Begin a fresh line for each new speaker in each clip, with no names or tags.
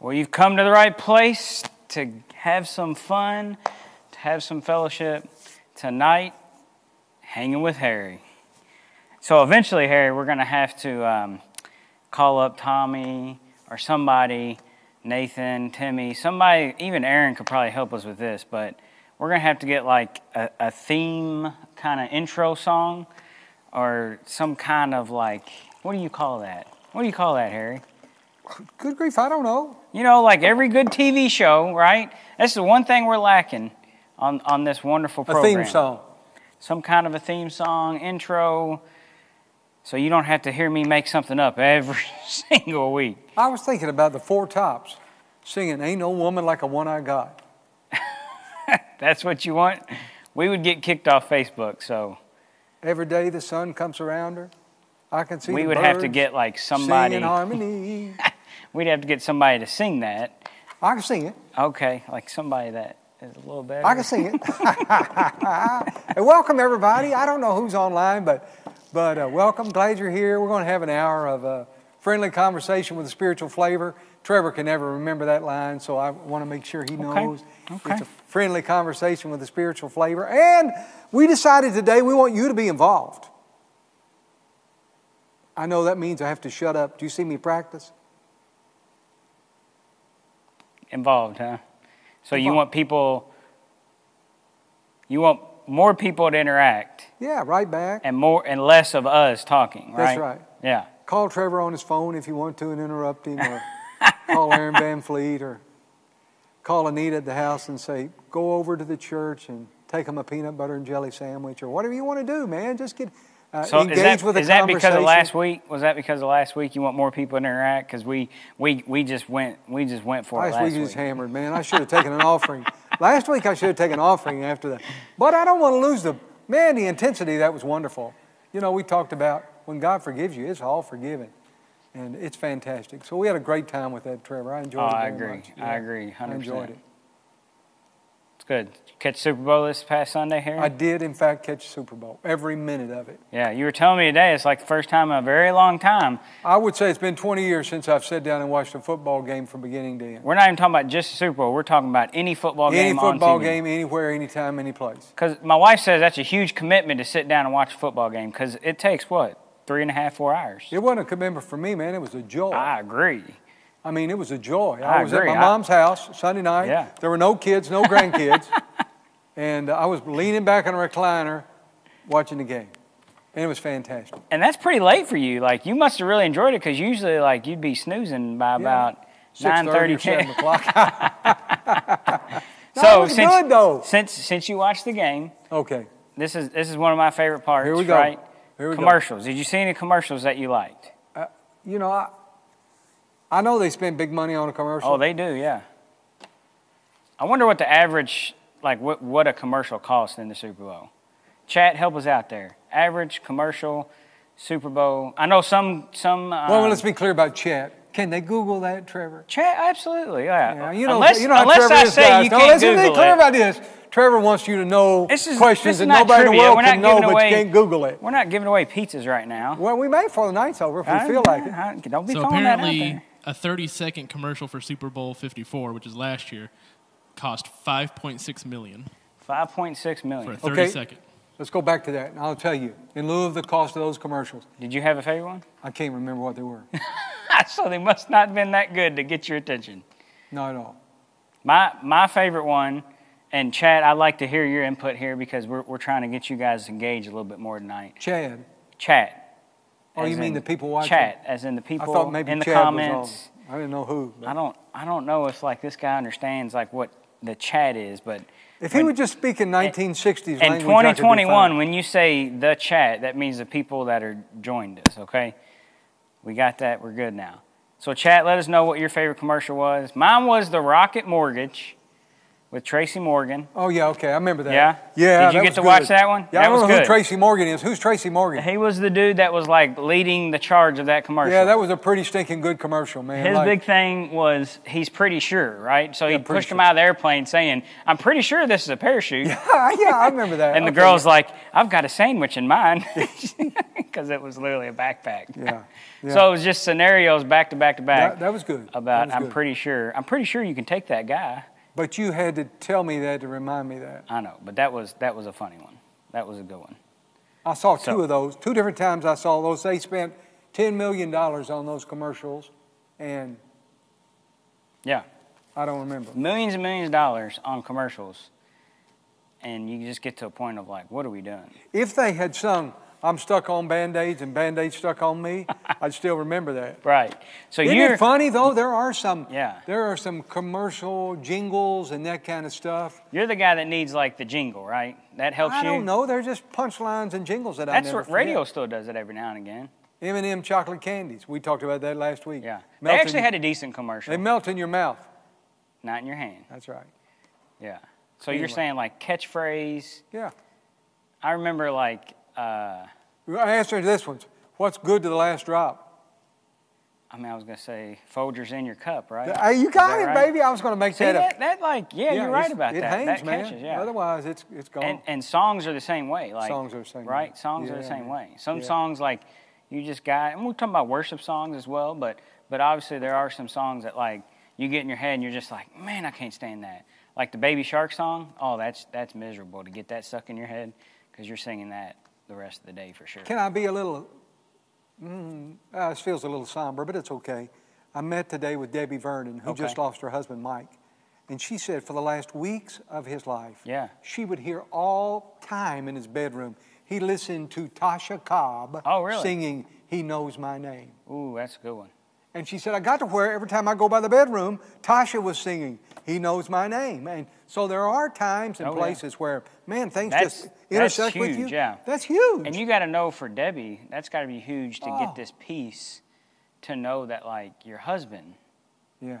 Well, you've come to the right place to have some fun, to have some fellowship tonight, hanging with Harry. So eventually, Harry, we're going to have to um, call up Tommy or somebody, Nathan, Timmy, somebody, even Aaron could probably help us with this, but we're going to have to get like a, a theme kind of intro song or some kind of like, what do you call that? What do you call that, Harry?
Good grief, I don't know.
You know, like every good TV show, right? That's the one thing we're lacking on, on this wonderful
A
program.
theme song.
Some kind of a theme song, intro, so you don't have to hear me make something up every single week.
I was thinking about the Four Tops singing "Ain't No Woman Like a One I Got."
That's what you want? We would get kicked off Facebook, so
Every day the sun comes around her. I can see.
we
the
would have to
birds
get like
sing
somebody.
in harmony.
We'd have to get somebody to sing that.
I can sing it.
Okay, like somebody that is a little better.
I can sing it. and welcome everybody. I don't know who's online, but but uh, welcome. Glad you're here. We're going to have an hour of uh, friendly conversation with a spiritual flavor. Trevor can never remember that line, so I want to make sure he knows
Okay.
it's a friendly conversation with a spiritual flavor. And we decided today we want you to be involved. I know that means I have to shut up. Do you see me practice?
Involved, huh? So you
Involved.
want people, you want more people to interact
Yeah, right back.
and more and less of us talking, right?
That's right.
Yeah.
call Trevor on his phone if you want to and interrupt him, or call Aaron Van Fleet, or call Anita at the house and say, go over to the church and take them a peanut butter and jelly sandwich, or whatever you want to do, man. Just get uh,
So
engage
is that,
with the
is that
conversation.
because of last week? Was that because of last week you want more people to interact? Because we, we, we just went we just went for it
Last
last
week you
week.
just hammered, man. I should have taken an offering. Last week I should have taken an offering after that. But I don't want to lose the man, the intensity, that was wonderful. You know, we talked about when God forgives you, it's all forgiven. And it's fantastic. So we had a great time with that, Trevor. I enjoyed
Oh,
it.
I
very
agree.
much.
I agree, 100%.
enjoyed it.
It's good. Did you catch Super Bowl this past Sunday here?
I did, in fact, catch Super Bowl, every minute of it.
yeah, you were telling me today it's like the first time in a very long time.
I would say it's been 20 years since I've sat down and watched a football game from beginning to end.
We're not even talking about just the Super Bowl. We're talking about any football
Any
game
football
on TV.
game, anywhere, anytime, any place.
Because my wife says that's a huge commitment to sit down and watch a football game because it takes what three and a half, four hours.
It wasn't a commitment for me, man. It was a joy.
I agree.
I mean, it was a joy.
I
I, was
agree.
at my
I-
mom's house Sunday night.
Yeah.
There were no kids, no grandkids. and uh, I was leaning back on a recliner watching the game. And it was fantastic.
And that's pretty late for you. Like you must have really enjoyed it because usually like you'd be snoozing by about nine
6:30
thirty.
or 7 o'clock. No, it
so
was
since
good, though.
since since you watched the game,
okay.
this is this is one of my favorite parts.
Here we go.
Right?
Here we go.
commercials. Did you see any commercials that you liked?
You know, I, I know they spend big money on a commercial.
Oh, they do. Yeah. I wonder what the average like what what a commercial costs in the Super Bowl. Chat, help us out there. Average commercial Super Bowl. I know some some. Um,
Well, let's be clear about chat. Can they Google that, Trevor?
Chat, absolutely, yeah.
Yeah, you know,
Uh, unless
you know how
unless
Trevor
I
is,
say
guys.
you
Now,
can't
let's be
Google
clear
it.
about this. Trevor wants you to know
This is
questions
this is
that
not
nobody in
trivia.
the world
We're
can
not
know,
giving
but
away,
you can't Google it.
We're not giving away pizzas right now.
Well, we may before the night's over if we
I-
feel like it.
I- don't be
So
throwing that out
apparently,
there.
a 30 second commercial for Super Bowl 54, which is last year, cost 5.6 million
Five point six
for a
million.
30
Okay.
second.
Let's go back to that, and I'll tell you. In lieu of the cost of those commercials,
Did you have a favorite one?
I can't remember what they were.
so they must not have been that good to get your attention.
Not at all.
My my favorite one, and Chad, I'd like to hear your input here because we're we're trying to get you guys engaged a little bit more tonight.
Chad.
Chat.
Oh,
as
you mean
in
the people watching?
Chat, as in the
I
people
thought maybe
in the
Chad
comments.
was on. I didn't know who. but-
I don't I don't know if like this guy understands like what the chat is, but
If he would just speak in 1960s
in
language, I could be fine.
2021, when you say the chat, that means the people that are joined us, okay? We got that. We're good now. So, chat, let us know what your favorite commercial was. Mine was the Rocket Mortgage with Tracy Morgan.
Oh yeah, okay, I remember that.
Yeah?
yeah.
Did you
that
get
was
to watch
good.
that one?
Yeah,
That
I don't
was
know who
good.
Tracy Morgan is. Who's Tracy Morgan?
He was the dude that was like leading the charge of that commercial.
Yeah, that was a pretty stinking good commercial, man.
His
Like,
big thing was he's pretty sure, right? So he
pretty
pushed him
sure.
out of the airplane saying, I'm pretty sure this is a parachute.
yeah, I remember that.
And the
Okay.
girl's like, I've got a sandwich in mine because it was literally a backpack.
Yeah,
So it was just scenarios back to back to back
That, that was good. That
about
was
I'm
good.
pretty sure I'm pretty sure you can take that guy.
But you had to tell me that to remind me that.
I know, but that was that was a funny one. That was a good one.
I saw
So-
two of those. Two different times I saw those. They spent ten million dollars on those commercials, and
Yeah.
I don't remember.
Millions and millions of dollars on commercials. And you just get to a point of like, what are we doing?
If they had sung "I'm stuck on band-aids and band-aids stuck on me," I'd still remember that.
Right. So
Isn't
you're
it funny though? There are some.
Yeah.
There are some commercial jingles and that kind of stuff.
you're the guy that needs like the jingle, right? That helps
I
you.
don't know. They're just punchlines and jingles that I
That's
never
what radio
forget.
still does it every now and again.
M&M chocolate candies. We talked about that last week.
Yeah. they
Melt in-
actually had a decent commercial,
They melt in your mouth.
not in your hand.
That's right.
Yeah. So you're
Anyway.
saying like catchphrase.
Yeah.
I remember like uh,
I answered this one. What's good to the last drop?
I mean I was gonna say Folgers in your cup, right?
Hey, uh, you
Is
got
that
it,
right?
baby. I was going to make
See
that,
that,
up.
that like yeah, you're right
it's-
about
it
that.
hangs,
that
man.
catches, yeah.
Otherwise, it's it's gone.
and, and songs are the same way. Like
Songs are the same way.
Right? Songs are the
Yeah,
same
man.
way. Some
Yeah.
songs like you just got, and we're talking about worship songs as well, but but obviously there are some songs that like you get in your head and you're just like, man, I can't stand that. Like the Baby Shark song. Oh, that's that's miserable to get that stuck in your head because you're singing that the rest of the day for sure.
Can I be a little? Mm, uh, this feels a little somber, but it's okay. I met today with Debbie Vernon, who
Okay.
just lost her husband Mike, and she said for the last weeks of his life,
Yeah.
she would hear all time in his bedroom. He listened to Tasha Cobb
Oh, really?
singing "He Knows My Name,"
Ooh, that's a good one.
and she said, "I got to where every time I go by the bedroom, Tasha was singing." He knows my name, and so there are times and
Oh, yeah.
places where, man, things
That's-
just
that's
intersect with you.
huge, yeah.
That's huge.
And you got to know for Debbie, that's got to be huge to
Oh.
get this piece to know that like your husband,
yeah.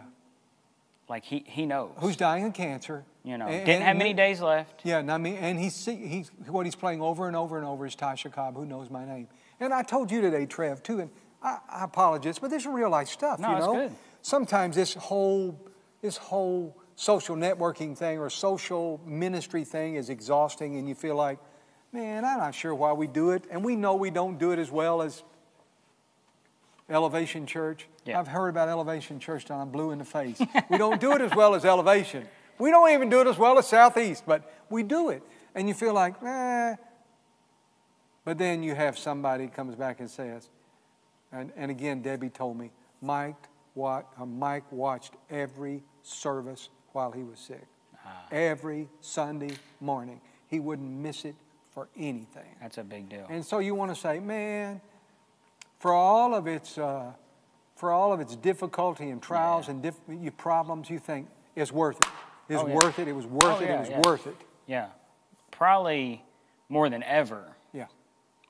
like he he knows.
who's dying of cancer.
you know,
A-
didn't have many
we-
days left.
Yeah, and I mean, and he's see- he's what he's playing over and over and over is Tasha Cobb, who knows my name. And I told you today, Trev, too, and I, I apologize, but this is real life stuff.
No,
you
it's
know,
good.
sometimes this whole this whole social networking thing or social ministry thing is exhausting, and you feel like, man, I'm not sure why we do it, and we know we don't do it as well as Elevation Church.
Yeah.
I've heard about Elevation Church till I'm blue in the face. we don't do it as well as Elevation. We don't even do it as well as Southeast, but we do it. And you feel like, eh. But then you have somebody comes back and says, and, and again, Debbie told me, Mike, wa- uh, Mike watched every service while he was sick. Every Sunday morning. He wouldn't miss it for anything.
That's a big deal.
And so you want to say, man, for all of its, uh, for all of its difficulty and trials and diff- you problems, you think it's worth it. It's
Oh, yeah.
worth it. It was worth
Oh,
it.
yeah,
it was
yeah.
worth it.
Yeah. Probably more than ever,
Yeah.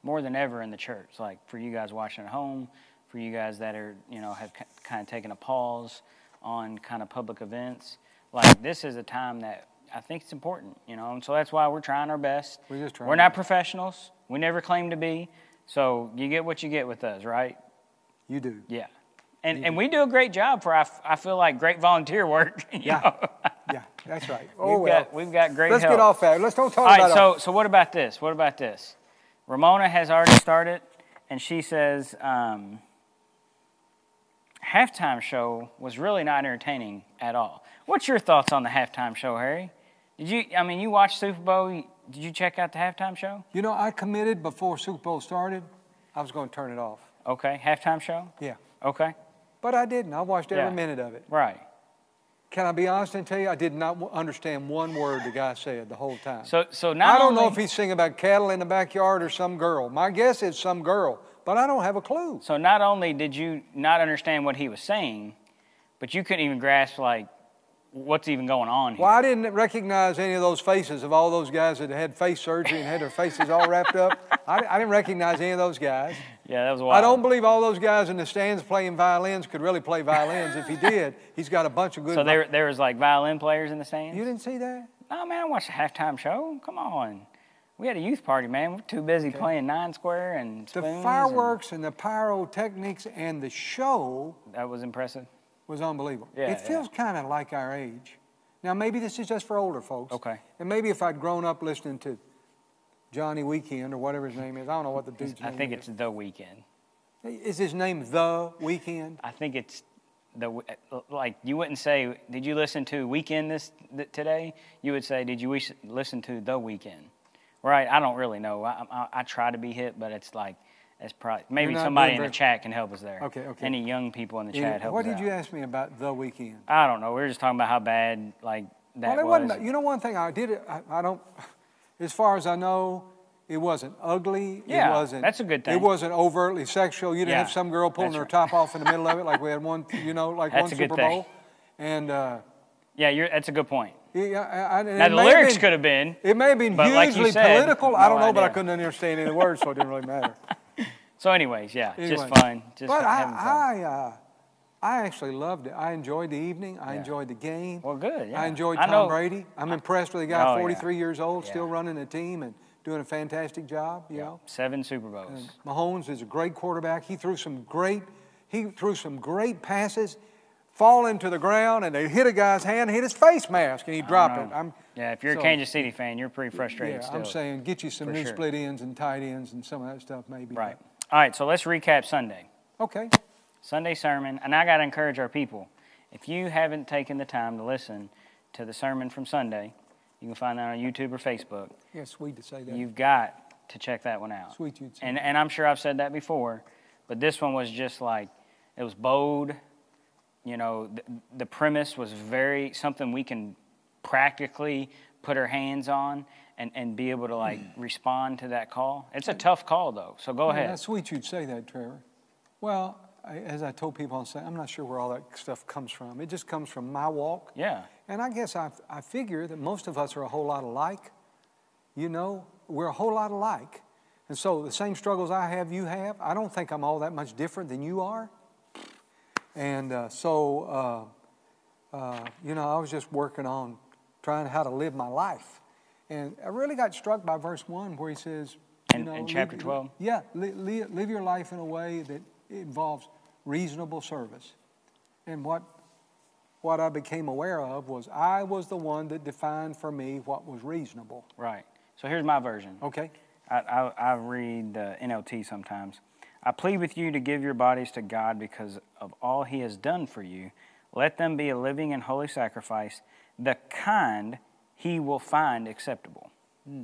more than ever in the church. Like for you guys watching at home, for you guys that are, you know, have kind of taken a pause on kind of public events, like this is a time that I think it's important, you know, and so that's why we're trying our best.
We're just trying
We're
our
not
best.
professionals. We never claim to be. So you get what you get with us, right?
You do.
Yeah. And, and we do a great job for, I, f- I feel like, great volunteer work. You
Yeah.
Know?
Yeah. That's right. Oh
we've,
well.
got, we've got great
Let's
help.
get off that. Let's don't talk
All right,
about
so, so what about this? What about this? Ramona has already started, and she says, um, halftime show was really not entertaining at all. What's your thoughts on the halftime show, Harry? Did you, I mean, you watched Super Bowl, did you check out the halftime show?
You know, I committed before Super Bowl started. I was going to turn it off.
Okay, halftime show?
Yeah.
Okay,
But I didn't. I watched every
Yeah.
minute of it.
right.
Can I be honest and tell you, I did not w- understand one word the guy said the whole time.
So, so not
I don't know
only-
if he's singing about cattle in the backyard or some girl. My guess is some girl, but I don't have a clue.
So not only did you not understand what he was saying, but you couldn't even grasp like what's even going on here.
Well, I didn't recognize any of those faces of all those guys that had face surgery and had their faces all wrapped up. I, I didn't recognize any of those guys.
Yeah, that was wild.
I don't believe all those guys in the stands playing violins could really play violins. if he did, he's got a bunch of good.
So
vi-
there, there was like violin players in the stands.
you didn't see that?
No, man, I watched the halftime show. Come on. We had a youth party, man. We're too busy playing nine square and
The
spoons. and-
fireworks and the pyrotechnics and the show
that was impressive.
was unbelievable.
Yeah,
it
yeah.
feels kind of like our age. Now, maybe this is just for older folks.
Okay.
And maybe if I'd grown up listening to Johnny Weekend or whatever his name is, I don't know what the dude's
I
name
think
is.
it's the weekend.
Is his name The Weekend?
I think it's the w- like you wouldn't say did you listen to weekend this th- today you would say did you wish, listen to the weekend right i don't really know I, I, I try to be hit but it's like it's probably maybe
not
somebody
doing
in the
very-
chat can help us there
Okay, okay.
any young people in the chat help
what
us
did you
out.
ask me about The Weekend?
i don't know we were just talking about how bad like that
well, it
was
wasn't. You know, one thing I did. I, I don't. As far as I know, it wasn't ugly.
Yeah,
it wasn't.
that's a good
It
thing.
wasn't overtly sexual. You didn't have
Yeah,
some girl pulling
that's
her
right.
top off in the middle of it, like we had one. You know, like
That's
one
a good
Super
thing.
Bowl. And uh,
yeah you're, that's a good point
yeah, I, I, and
now
it
the
may have
lyrics
been-
could have been
It may have been
but like you
hugely
said,
political. I
no
don't know, but I
idea.
couldn't understand any of the words, so it didn't really matter.
so anyways yeah just
Anyway.
fun just
but
having fun
I, I, uh, I actually loved it. I enjoyed the evening. I
Yeah.
enjoyed the game.
well good yeah.
I enjoyed
I
Tom
know-
Brady. I'm impressed with a guy,
Oh, yeah.
43 years old, still
Yeah.
running a team and doing a fantastic job. You know,
seven super bowls
Mahomes is a great quarterback. He threw some great, he threw some great passes, falling to the ground, and they hit a guy's hand, hit his face mask, and he dropped
know.
it. I'm,
yeah if you're
so-
a kansas city fan you're pretty frustrated
yeah,
still.
I'm saying get you some
for
new
sure.
split ends and tight ends and some of that stuff maybe.
Right. All right, so let's recap Sunday.
Okay.
Sunday sermon, and I got to encourage our people. If you haven't taken the time to listen to the sermon from Sunday, you can find that on YouTube or Facebook.
Yeah, sweet to say that.
You've got to check that one out.
Sweet you'd say.
And, and I'm sure I've said that before, but this one was just like, it was bold. You know, the, the premise was very something we can practically put our hands on and, and be able to like respond to that call. It's a tough call though, so go
Hmm. Yeah,
ahead.
That's sweet you'd say that, Trevor. Well, I, as I told people on Sunday, I'm not sure where all that stuff comes from. It just comes from my walk.
Yeah.
And I guess I, I figure that most of us are a whole lot alike. You know, we're a whole lot alike. And so the same struggles I have, you have. I don't think I'm all that much different than you are. And uh, so, uh, uh, you know, I was just working on trying how to live my life. And I really got struck by verse 1 where he says,
In-
you know,
in
live-
chapter 12?
Yeah, li- li- live your life in a way that involves reasonable service. And what what I became aware of was I was the one that defined for me what was reasonable.
Right. So here's my version.
Okay?
I, I, I read the NLT sometimes. I plead with you to give your bodies to God because of all He has done for you. Let them be a living and holy sacrifice, the kind He will find acceptable.
Hmm.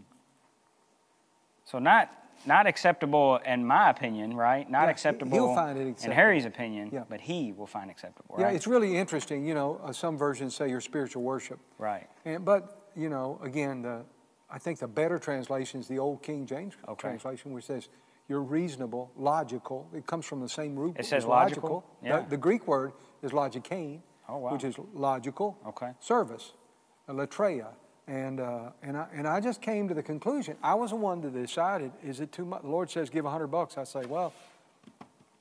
So not not acceptable in my opinion, right? Not
Yeah, he-
acceptable.
he'll find it
in
acceptable.
Harry's opinion,
Yeah.
but He will find acceptable.
Yeah,
Right.
it's really interesting. You know, uh, some versions say your spiritual worship.
right.
And, but, you know, again, the, I think the better translation is the old King James
Okay.
translation, which says you're reasonable, logical. It comes from the same root.
It
as
says logical? Yeah.
The, the Greek word is logikain,
Oh, wow.
which is logical
Okay.
service, a latreia. And, uh, and, I, and I just came to the conclusion. I was the one that decided, is it too much? The Lord says, give 100 bucks. I say, well,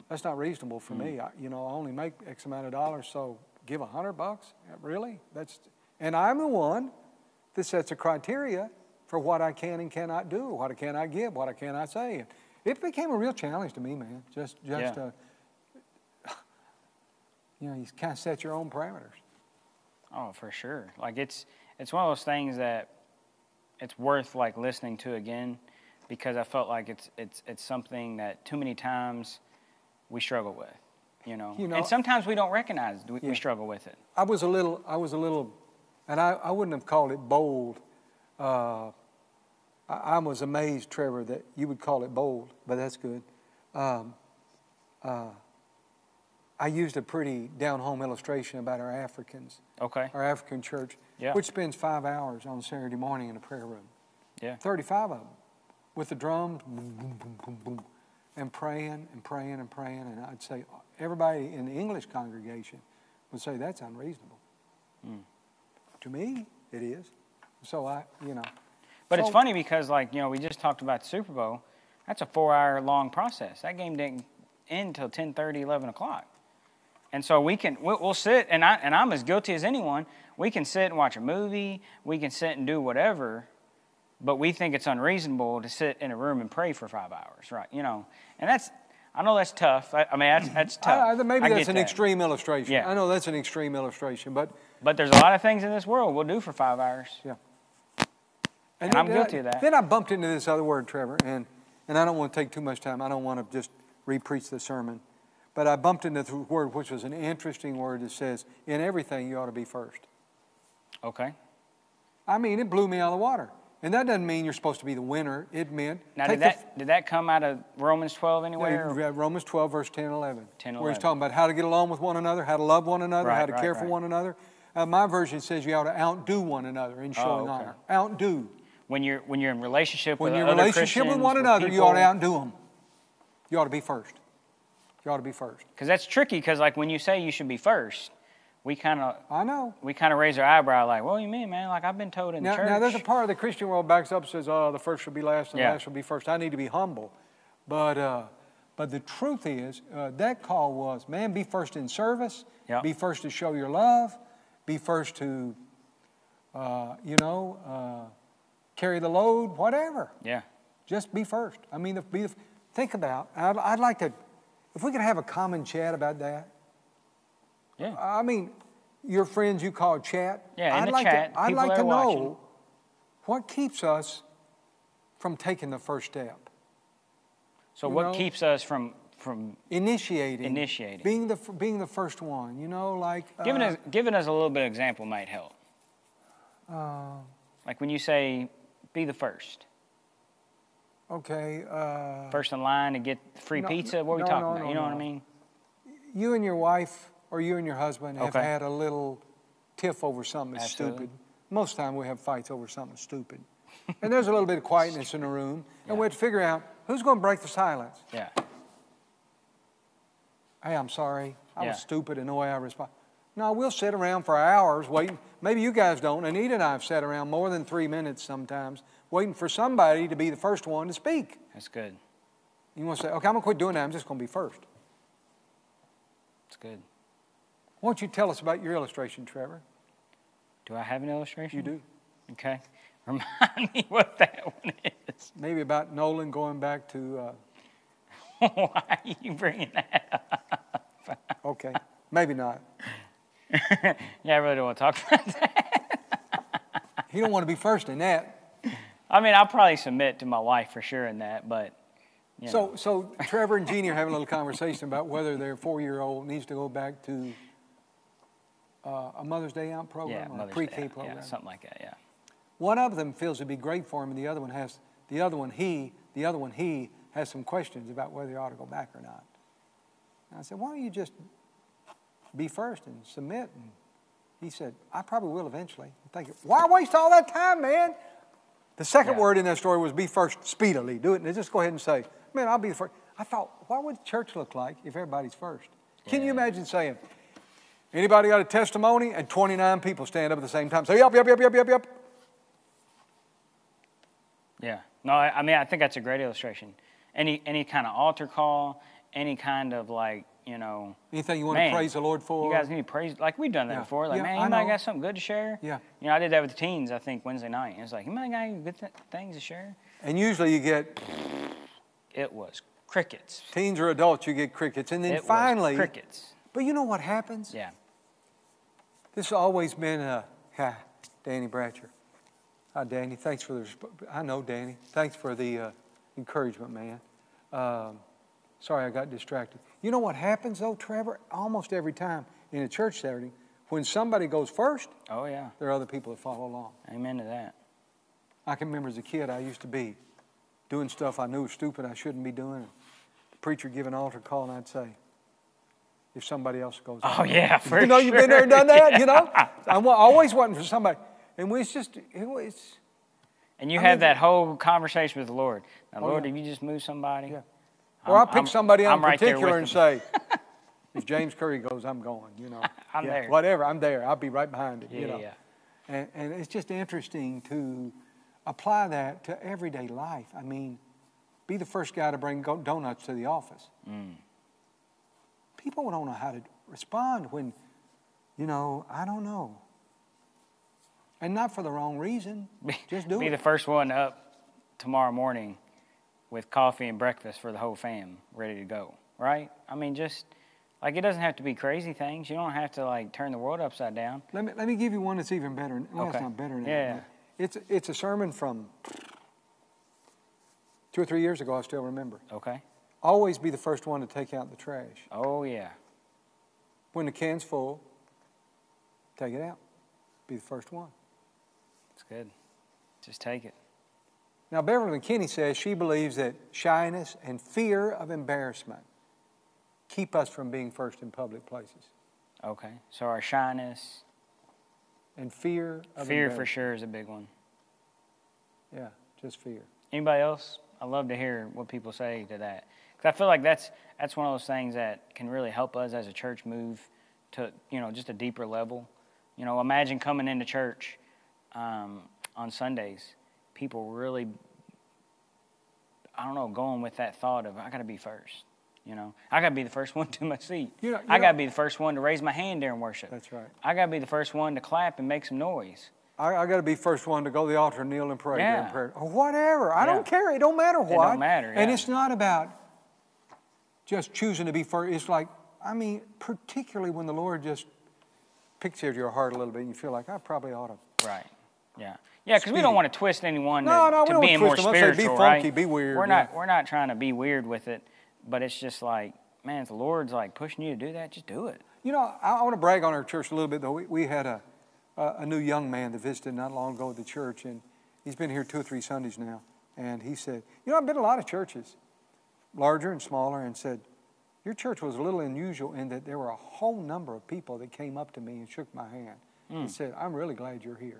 that's not reasonable for me. I, you know, I only make X amount of dollars, so give a hundred bucks? Really? That's and I'm the one that sets the criteria for what I can and cannot do, what I cannot give, what I cannot say. It became a real challenge to me, man. Just, just,
Yeah.
uh, you know, you kind of set your own parameters.
Oh, for sure. Like it's it's one of those things that it's worth like listening to again because I felt like it's it's it's something that too many times we struggle with, you know.
You know-
and sometimes we don't recognize we,
Yeah.
we struggle with it.
I was a little, I was a little, and I, I wouldn't have called it bold. Uh, I, I was amazed, Trevor, that you would call it bold, but that's good. Um, uh, I used a pretty down home illustration about our Africans,
Okay.
our African church,
Yeah.
which spends five hours on Saturday morning in a prayer room.
Yeah.
35 of them with the drums, boom, boom, boom, boom, boom, and praying and praying and praying. And I'd say, everybody in the English congregation would say, that's unreasonable.
Hmm.
To me, it is. So I, you know.
But it's
So-
funny because like, you know, we just talked about the Super Bowl. That's a four-hour long process. That game didn't end till 10:30, 11 o'clock. And so we can we- we'll sit and I and I'm as guilty as anyone. We can sit and watch a movie. We can sit and do whatever, but we think it's unreasonable to sit in a room and pray for five hours, right? You know, and that's I know that's tough. I, I mean that's that's tough.
I, I, maybe
I
that's
get
an
that.
extreme illustration.
Yeah.
I know that's an extreme illustration, but
But there's a lot of things in this world we'll do for five hours.
yeah.
And I'm
then-
guilty of that.
Then I bumped into this other word, Trevor, and, and I don't want to take too much time. I don't want to just re-preach the sermon. But I bumped into the word, which was an interesting word that says, in everything you ought to be first.
Okay.
I mean, it blew me out of the water. And that doesn't mean you're supposed to be the winner. It meant
Now,
take
did
the f-
that, did that come out of Romans 12 anywhere?
Yeah, you read Romans 12, verse 10 and 11.
10,
Where he's
11.
talking about how to get along with one another, how to love one another, how
Right,
to
right,
care for
right.
one another. Uh, my version says you ought to outdo one another in showing
Oh, okay.
honor. Outdo.
when, you're, when you're in relationship
When
with
you're in
other
relationship with
Christians,
one another,
people,
you ought to outdo them. You ought to be first. You ought to be first.
Because that's tricky, because like when you say you should be first, we kind of
I know.
we kind of raise our eyebrow like, what do you mean, man? Like, I've been told in
Now,
church.
now, there's a part of the Christian world backs up and says, oh, the first should be last and the
Yeah.
last should be first. I need to be humble. But, uh, but the truth is, uh, that call was, man, be first in service,
Yeah.
be first to show your love, be first to, uh, you know, uh, carry the load, whatever.
yeah.
Just be first. I mean, if- be, the- think about, I'd, I'd like to, if we could have a common chat about that.
Yeah.
I mean, your friends you call chat.
Yeah, in
I'd
the
like
chat,
To, I'd
people
like to
that are watching.
know what keeps us from taking the first step,
So
you
what
know-
keeps us from from
initiating,
Initiating.
being the f- being the first one. You know, like
giving
uh,
us giving us a little bit of example might help.
Uh,
like when you say, be the first,
okay, uh,
first in line to get free
No,
pizza. What are we
no,
talking
no,
about?
no,
you know
no.
what I mean?
you and your wife or you and your husband have
Okay.
had a little tiff over something that's
Absolutely.
stupid. Most time we have fights over something stupid, and there's a little bit of quietness in the room, and we have to figure out who's going to break the silence.
Yeah.
hey, I'm sorry. I
Yeah.
was stupid in the way I responded. No, we'll sit around for hours waiting. Maybe you guys don't. Anita and I have sat around more than three minutes sometimes waiting for somebody to be the first one to speak.
That's good.
You want to say, okay, I'm going to quit doing that. I'm just going to be first.
That's good.
Why don't you tell us about your illustration, Trevor?
Do I have an illustration?
You do.
Okay. Remind me what that one is.
Maybe about Nolan going back to, uh,
Why are you bringing that up?
okay, maybe not.
Yeah, I really don't want to talk about that.
He don't want to be first in that.
I mean, I'll probably submit to my wife for sure in that, but you know,
So, so Trevor and Jeannie are having a little conversation about whether their four-year-old needs to go back to uh, a Mother's Day out program
yeah,
or a
Mother's Day,
pre-K
yeah,
program.
yeah, something like that. Yeah.
One of them feels it'd be great for him, and the other one has the other one he the other one he has some questions about whether he ought to go back or not. And I said, why don't you just be first and submit? And he said, I probably will eventually. I'm thinking, why waste all that time, man? The second
Yeah.
word in that story was be first speedily. Do it and just go ahead and say, man, I'll be the first. I thought, what would church look like if everybody's first? Can you
Yeah.
imagine saying, anybody got a testimony? And 29 people stand up at the same time. Say, yup, yup, yup, yup, yup, yup.
Yeah. No, I, I mean, I think that's a great illustration. Any any kind of altar call, any kind of like, you know,
Anything you want to
man,
praise the Lord for?
You guys need to praise. Like we've done that
Yeah.
before. Like,
Yeah,
man,
I
anybody
know.
got something good to share?
Yeah.
You know, I did that with the teens. I think Wednesday night. It's like, anybody got any good th- things to share?
and usually you get
It was crickets.
teens or adults, you get crickets. And then
it
finally,
was crickets.
but you know what happens?
Yeah.
This has always been a, ha, Danny Bratcher. Hi, Danny. Thanks for the, resp- I know, Danny. Thanks for the uh, encouragement, man. Um, sorry, I got distracted. You know what happens, though, Trevor? Almost every time in a church Saturday, when somebody goes first,
Oh yeah.
there are other people that follow along.
Amen to that.
I can remember as a kid, I used to be doing stuff I knew was stupid, I shouldn't be doing. it. The preacher would give an altar call, and I'd say, if somebody else goes,
Oh yeah, for
you know, you've been there,
sure.
done that, you know? I'm wa- always waiting for somebody. And we, it's just, it was,
And you
I
have
mean-
that whole conversation with the Lord. Now,
Oh,
Lord,
yeah.
if you just move somebody,
Yeah.
I'm-
or I'll pick
I'm-
somebody in
I'm right there
particular
with them.
and say, if James Curry goes, I'm going, you know?
I'm
Yeah,
there.
Whatever, I'm there. I'll be right behind it,
Yeah,
you
yeah,
know?
yeah.
And, and it's just interesting to apply that to everyday life. I mean, be the first guy to bring go- donuts to the office.
Mm.
People don't know how to respond when, you know, I don't know. And not for the wrong reason. Just do
Be
it.
the first one up tomorrow morning with coffee and breakfast for the whole fam, ready to go. Right? I mean, just like it doesn't have to be crazy things. You don't have to like turn the world upside down.
Let me, let me give you one that's even better. Well, it's
Okay.
not better than
Yeah.
that. but It's, it's a sermon from two or three years ago, I still remember.
Okay.
Always be the first one to take out the trash.
Oh yeah.
When the can's full, take it out. Be the first one.
It's good. Just take it.
Now, Beverly McKinney says she believes that shyness and fear of embarrassment keep us from being first in public places.
Okay. So our shyness,
And fear of
fear for
embarrassment.
sure is a big one.
Yeah, just fear.
Anybody else? I love to hear what people say to that. Cause I feel like that's that's one of those things that can really help us as a church move to you know just a deeper level. You know, imagine coming into church um, on Sundays, people really, I don't know, going with that thought of I got to be first. You know, I got to be the first one to my seat.
You know- you
I got
know-
to be the first one to raise my hand during worship.
That's right.
I got to be the first one to clap and make some noise.
I, I got to be first one to go to the altar, and kneel, and pray during
Yeah.
prayer, or whatever. I don't
Yeah.
care. It don't matter what.
don't matter,
And
yeah.
it's not about just choosing to be first. It's like, I mean, particularly when the Lord just picks at your heart a little bit, and you feel like I probably ought to.
Right. Yeah. Yeah, because we
Speedy.
don't want to twist anyone to,
No, no, we
to
don't
being
twist
more
them. Let's say be
spiritual,
funky,
right?
be weird,
We're
yeah.
not we're not trying to be weird with it, but it's just like, man, if the Lord's like pushing you to do that, just do it.
You know, I, I want to brag on our church a little bit, though. We, we had a, a, a new young man that visited not long ago at the church, and he's been here two or three Sundays now. And he said, You know, I've been to a lot of churches, larger and smaller, and said, Your church was a little unusual in that there were a whole number of people that came up to me and shook my hand and said, I'm really glad you're here.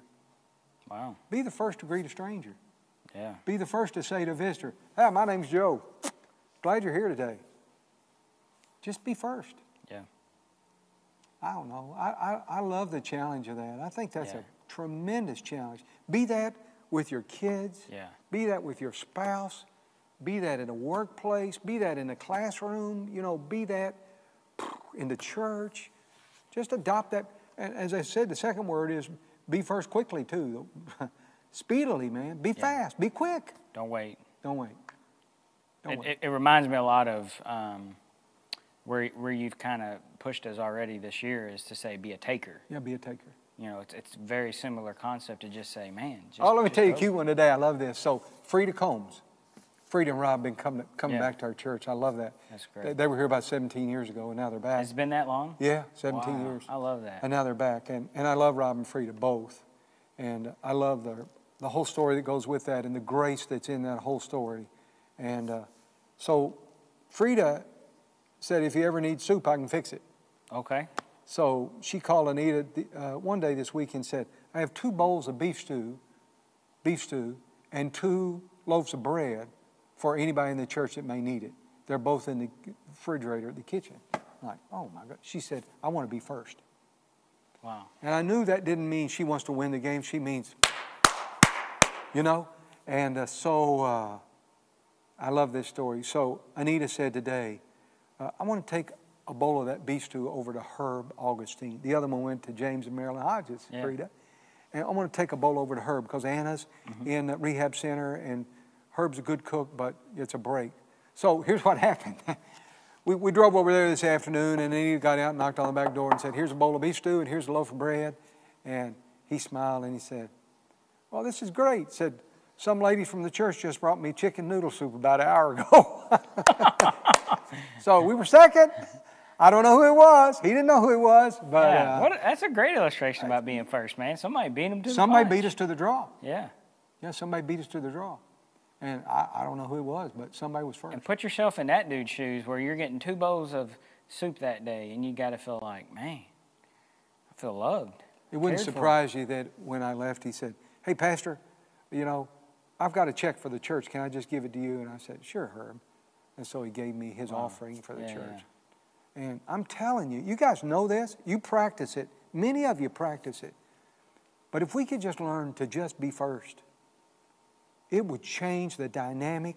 Wow.
Be the first to greet a stranger.
Yeah.
Be the first to say to a visitor, Hi, my name's Joe. Glad you're here today. Just be first.
Yeah.
I don't know. I, I, I love the challenge of that. I think that's
Yeah.
a tremendous challenge. Be that with your kids,
Yeah.
be that with your spouse, be that in a workplace, be that in a classroom, you know, be that in the church. Just adopt that. And as I said, the second word is be first quickly, too. Speedily, man. Be fast, be quick.
Don't wait.
Don't wait. Don't
It,
wait.
it, it reminds me a lot of um, where where you've kind of pushed us already this year is to say be a taker.
yeah, be a taker.
You know, it's it's a very similar concept to just say, man. Just,
Oh, let me
just
tell you a
go.
cute one today. I love this. So Frida Combs, Frida and Rob been coming coming
Yeah.
back to our church. I love that.
That's great.
They, they were here about 17 years ago, and now they're back.
Has it been that long?
yeah, 17
Wow,
years.
I love that.
And now they're back, and and I love Rob and Frida both, and I love the the whole story that goes with that, and the grace that's in that whole story, and uh, so Frida said, if you ever need soup, I can fix it.
Okay.
So she called Anita the- uh, one day this week and said, I have two bowls of beef stew, beef stew, and two loaves of bread for anybody in the church that may need it. They're both in the refrigerator at the kitchen. I'm like, oh my God. She said, I want to be first.
Wow.
And I knew that didn't mean she wants to win the game. She means, you know? And uh, so uh, I love this story. So Anita said today, uh, I want to take a bowl of that beef stew over to Herb Augustine. The other one went to James and Marilyn Hodges,
Yeah.
Frida. And I want to take a bowl over to Herb because Anna's in the rehab center and Herb's a good cook, but it's a break. So here's what happened. we, we drove over there this afternoon and Anita got out and knocked on the back door and said, Here's a bowl of beef stew and here's a loaf of bread. And he smiled and he said, Well, this is great. Said, Some lady from the church just brought me chicken noodle soup about an hour ago. so we were second. I don't know who it was. He didn't know who it was, but
Yeah,
uh,
what a- that's a great illustration about being first, man. Somebody beat him to
somebody
the
beat us to the draw.
Yeah,
Yeah, somebody beat us to the draw. And I, I don't know who it was, but somebody was first.
and put yourself in that dude's shoes where you're getting two bowls of soup that day, and you got to feel like, man, I feel loved.
It wouldn't
cared for.
surprise you that when I left, he said, Hey, Pastor, you know, I've got a check for the church. Can I just give it to you? And I said, Sure, Herb. And so he gave me his offering for the
Yeah,
church. And I'm telling you, you guys know this. You practice it. Many of you practice it. But if we could just learn to just be first, it would change the dynamic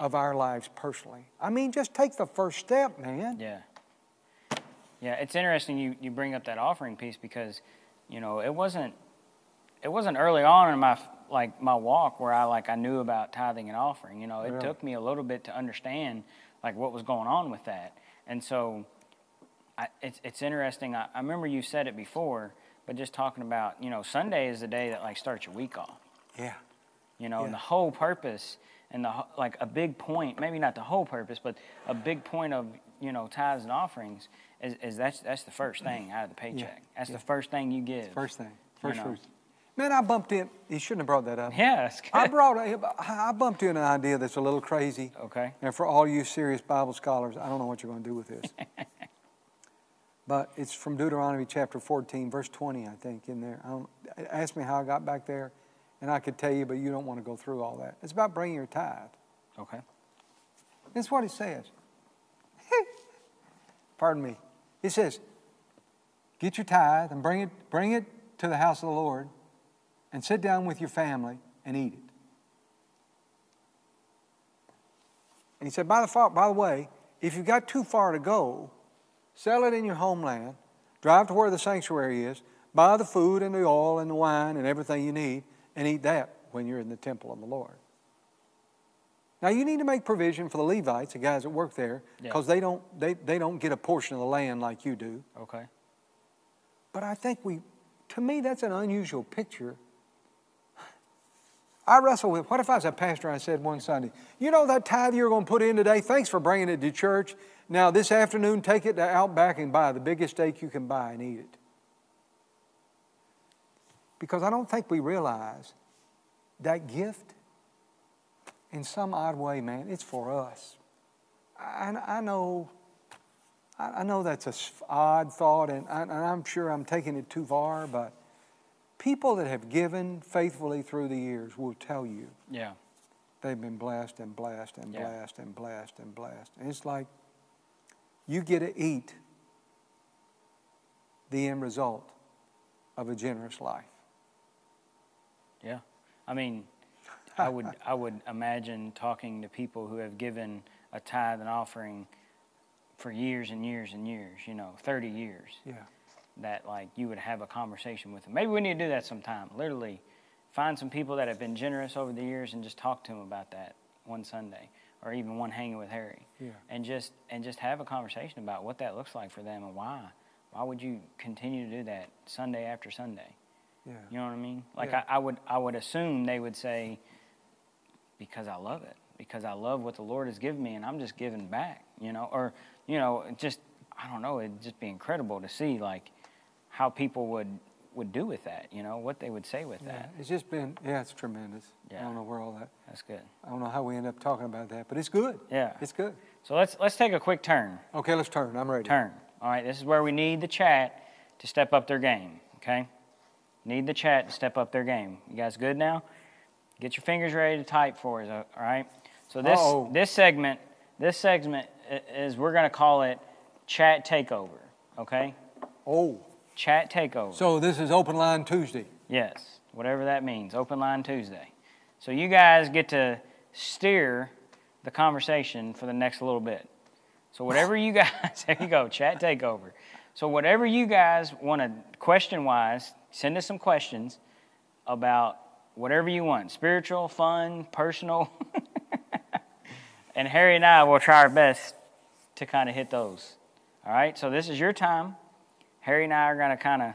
of our lives personally. I mean, just take the first step, man.
Yeah. Yeah, it's interesting you, you bring up that offering piece because, you know, it wasn't it wasn't early on in my like my walk where I like I knew about tithing and offering. You know, it
Really?
took me a little bit to understand like what was going on with that. And so I, it's it's interesting. I, I remember you said it before, but just talking about, you know, Sunday is the day that like starts your week off.
Yeah.
You know, and
Yeah.
the whole purpose and the ho- like a big point, maybe not the whole purpose, but a big point of you know tithes and offerings is, is that's that's the first thing out of the paycheck. That's the first thing you give.
First thing. First
know.
fruits. Man, I bumped in. You shouldn't have brought that up.
Yeah, that's good.
I brought. I bumped in an idea that's a little crazy.
okay.
And for all you serious Bible scholars, I don't know what you're going to do with this. but it's from Deuteronomy chapter 14, verse 20, I think, in there. I don't, ask me how I got back there, and I could tell you, but you don't want to go through all that. It's about bringing your tithe.
Okay.
That's what it says. Pardon me. It says, get your tithe and bring it, bring it to the house of the Lord and sit down with your family and eat it. And he said, by the, far, by the way, if you've got too far to go, sell it in your homeland, drive to where the sanctuary is, buy the food and the oil and the wine and everything you need, and eat that when you're in the temple of the Lord. Now you need to make provision for the Levites, the guys that work there,
Yeah.
because they don't they, they don't get a portion of the land like you do.
Okay.
But I think we to me that's an unusual picture. I wrestle with what if I was a pastor and I said one Sunday, you know that tithe you're going to put in today, thanks for bringing it to church. Now this afternoon take it to Outback and buy the biggest steak you can buy and eat it. Because I don't think we realize that gift in some odd way, man, it's for us. I, I know, I I know that's an odd thought, and, I, and I'm sure I'm taking it too far, but people that have given faithfully through the years will tell you
Yeah.
they've been blessed and blessed and
Yeah.
blessed and blessed and blessed. And it's like you get to eat the end result of a generous life.
Yeah. I mean, I would I would imagine talking to people who have given a tithe and offering for years and years and years. You know, thirty years.
Yeah.
that like you would have a conversation with them. Maybe we need to do that sometime. Literally, find some people that have been generous over the years and just talk to them about that one Sunday or even one hanging with Harry.
Yeah.
And just and just have a conversation about what that looks like for them and why. Why would you continue to do that Sunday after Sunday?
Yeah.
You know what I mean? Like
Yeah.
I, I would I would assume they would say because I love it. Because I love what the Lord has given me and I'm just giving back, you know, or you know, it just I don't know, it'd just be incredible to see like how people would would do with that, you know, what they would say with
Yeah,
that.
it's just been, yeah, it's tremendous. I
Yeah.
don't know where all that,
That's good.
I don't know how we end up talking about that, but it's good.
Yeah.
It's good.
So let's let's take a quick turn.
Okay, let's turn. I'm ready.
Turn. All right, this is where we need the chat to step up their game, okay? Need the chat to step up their game. You guys good now? Get your fingers ready to type for us, all right? So this
Uh-oh.
this segment, this segment i- is we're going to call it chat takeover, okay?
Oh,
Chat takeover.
so this is Open Line Tuesday.
Yes, whatever that means. Open line Tuesday. So you guys get to steer the conversation for the next little bit. So whatever you guys, there you go, chat takeover. So whatever you guys want to question wise, send us some questions about whatever you want, spiritual, fun, personal. and Harry and I will try our best to kind of hit those. All right? So this is your time. Harry and I are going to kind of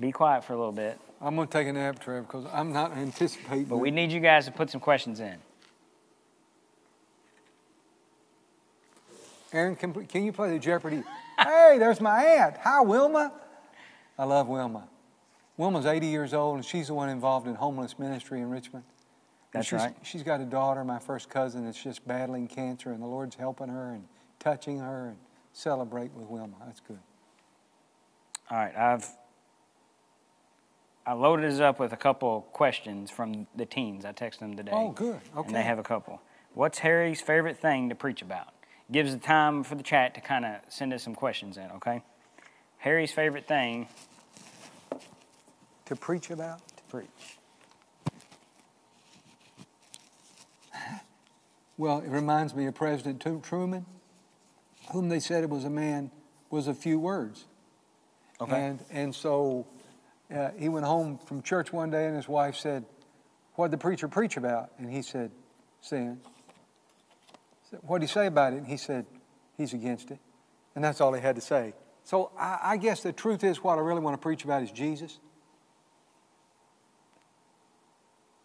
be quiet for a little bit,
I'm going to take a nap, Trevor, because I'm not anticipating.
but we
it.
need you guys to put some questions in.
Aaron, can, can you play the Jeopardy? hey, there's my aunt. Hi, Wilma. I love Wilma. Wilma's 80 years old, and she's the one involved in homeless ministry in Richmond. And
That's
she's,
right.
She's got a daughter, my first cousin, that's just battling cancer, and the Lord's helping her and touching her and celebrate with Wilma. That's good.
All right, I've I loaded this up with a couple questions from the teens. I texted them today.
Oh, good.
And they
Okay.
have a couple. What's Harry's favorite thing to preach about? Gives the time for the chat to kind of send us some questions in, okay? Harry's favorite thing
to preach about?
to preach.
Well, it reminds me of President Tu- Truman, whom they said it was a man was a few words.
Okay.
And and so uh, he went home from church one day, and his wife said, "What did the preacher preach about?" And he said, "Sin." What did he say about it? And he said, "He's against it," and that's all he had to say. So I, I guess the truth is, what I really want to preach about is Jesus.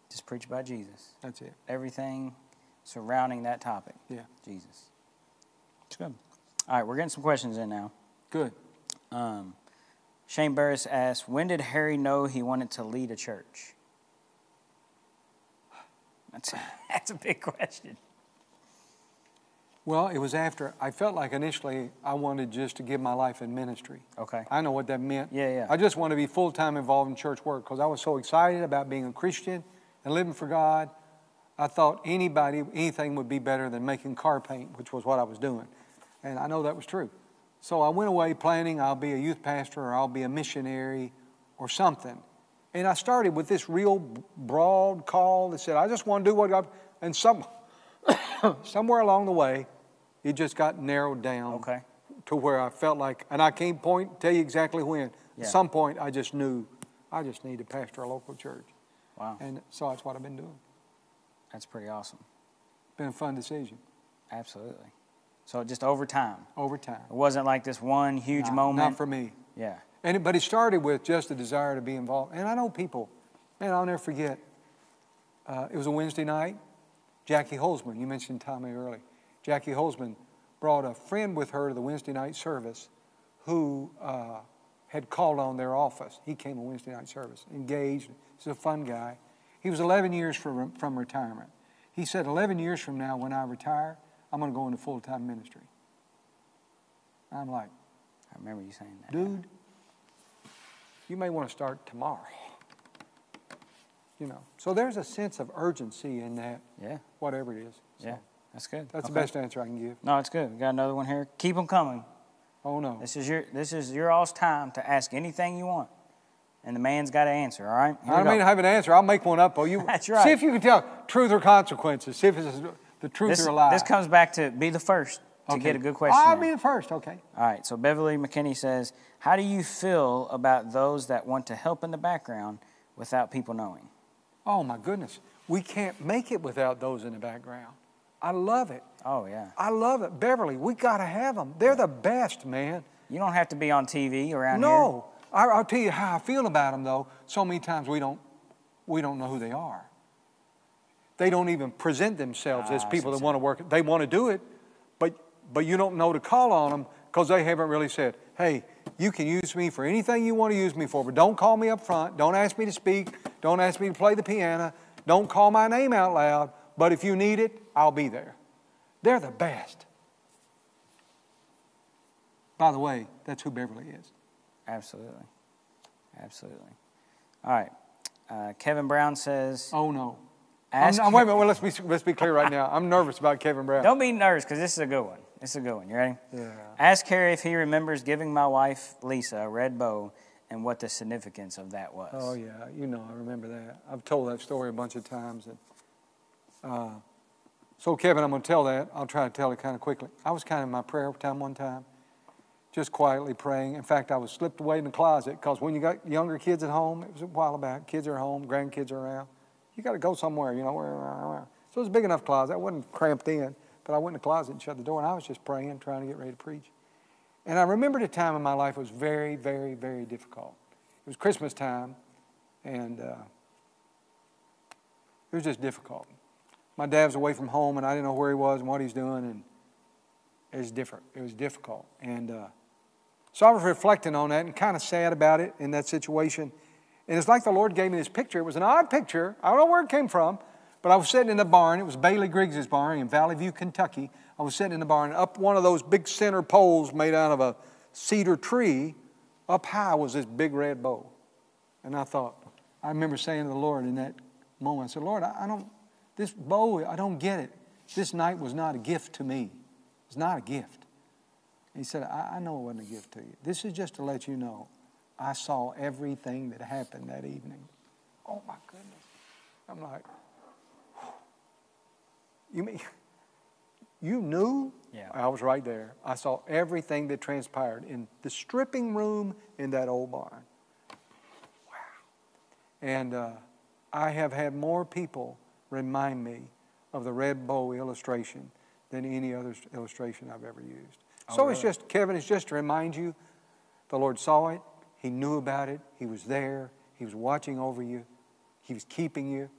Just preach about Jesus.
That's it.
Everything surrounding that topic.
Yeah.
Jesus. It's good. All right, we're getting some questions in now.
Good.
Um, Shane Burris asked, when did Harry know he wanted to lead a church? That's that's a big question.
Well, it was after I felt like initially I wanted just to give my life in ministry.
Okay.
I know what that meant.
Yeah, yeah.
I just want to be full time involved in church work because I was so excited about being a Christian and living for God. I thought anybody, anything would be better than making car paint, which was what I was doing. And I know that was true. So I went away planning I'll be a youth pastor or I'll be a missionary or something. And I started with this real broad call that said, I just want to do what God. And some, somewhere along the way, it just got narrowed down
Okay.
to where I felt like, and I can't point, tell you exactly when.
Yeah.
At some point, I just knew I just need to pastor a local church.
Wow.
And so that's what I've been doing.
That's pretty awesome.
Been a fun decision
Absolutely. So just over time.
over time.
It wasn't like this one huge
Not-
moment.
Not for me.
yeah.
And it, but it started with just a desire to be involved. And I know people, man, I'll never forget. Uh, it was a Wednesday night. Jackie Holzman, you mentioned Tommy early. Jackie Holzman brought a friend with her to the Wednesday night service who uh, had called on their office. He came to Wednesday night service, engaged. He's a fun guy. He was 11 years from, from retirement. He said, 11 years from now, when I retire, I'm going to go into full time ministry. I'm like,
I remember you saying that.
dude, you may want to start tomorrow. You know, so there's a sense of urgency in that,
Yeah.
whatever it is. So
Yeah. That's good.
That's the
Okay.
best answer I can give.
No, it's good. We got another one here. Keep them coming.
Oh no.
This is your this is your all's time to ask anything you want, and the man's got to answer. All right. Here
I
we
don't mean
go.
to have an answer. I'll make one up. Oh, you
That's
see
right.
if you can tell truth or consequences. See if it's the truth
this,
or a lie.
this comes back to be the first to
Okay.
get a good question.
I'll
in.
be the first. Okay.
All right. So Beverly McKinney says, "How do you feel about those that want to help in the background without people knowing?"
Oh my goodness, we can't make it without those in the background. I love it.
Oh yeah.
I love it, Beverly. We gotta have them. They're the best, man.
You don't have to be on TV around here.
No, I, I'll tell you how I feel about them though. So many times we don't, we don't know who they are. They don't even present themselves as
Ah, I
people
see
that want to work. They want to do it, but but you don't know to call on them because they haven't really said, "Hey, you can use me for anything you want to use me for, but don't call me up front. Don't ask me to speak. Don't ask me to play the piano. Don't call my name out loud. But if you need it, I'll be there." They're the best. By the way, that's who Beverly is.
Absolutely. Absolutely. All right. Uh, Kevin Brown says,
Oh no.
ask
I'm, I'm, wait a minute. Well, let's be let's be clear right now. I'm nervous about Kevin Brown.
Don't be nervous because this is a good one. This is a good one. You ready?
Yeah.
Ask Harry if he remembers giving my wife, Lisa, a red bow and what the significance of that was.
Oh yeah, you know I remember that. I've told that story a bunch of times. And, uh, so Kevin, I'm going to tell that. I'll try to tell it kind of quickly. I was kind of in my prayer time one time, just quietly praying. In fact, I was slipped away in the closet because when you got younger kids at home, it was a while back. Kids are home, grandkids are around. You got to go somewhere, you know. So it was a big enough closet. I wasn't cramped in, but I went in the closet and shut the door, and I was just praying, trying to get ready to preach. And I remembered a time in my life that was very, very, very difficult. It was Christmas time, and uh, it was just difficult. My dad was away from home, and I didn't know where he was and what he's doing, and it was different. It was difficult, and uh, so I was reflecting on that and kind of sad about it in that situation. And it's like the Lord gave me this picture. It was an odd picture. I don't know where it came from, but I was sitting in the barn. It was Bailey Griggs' barn in Valley View, Kentucky. I was sitting in the barn, and up one of those big center poles made out of a cedar tree, up high was this big red bow. And I thought, I remember saying to the Lord in that moment, I said, Lord, I, I don't, this bow, I don't get it. This night was not a gift to me. It's not a gift. He said, I, I know it wasn't a gift to you. This is just to let you know I saw everything that happened that evening. Oh my goodness. I'm like, you mean You knew?
Yeah.
I was right there. I saw everything that transpired in the stripping room in that old barn. Wow. And uh, I have had more people remind me of the red bow illustration than any other s- illustration I've ever used.
Oh,
so it's
really?
just, Kevin, it's just to remind you the Lord saw it, He knew about it, He was there, He was watching over you, He was keeping you,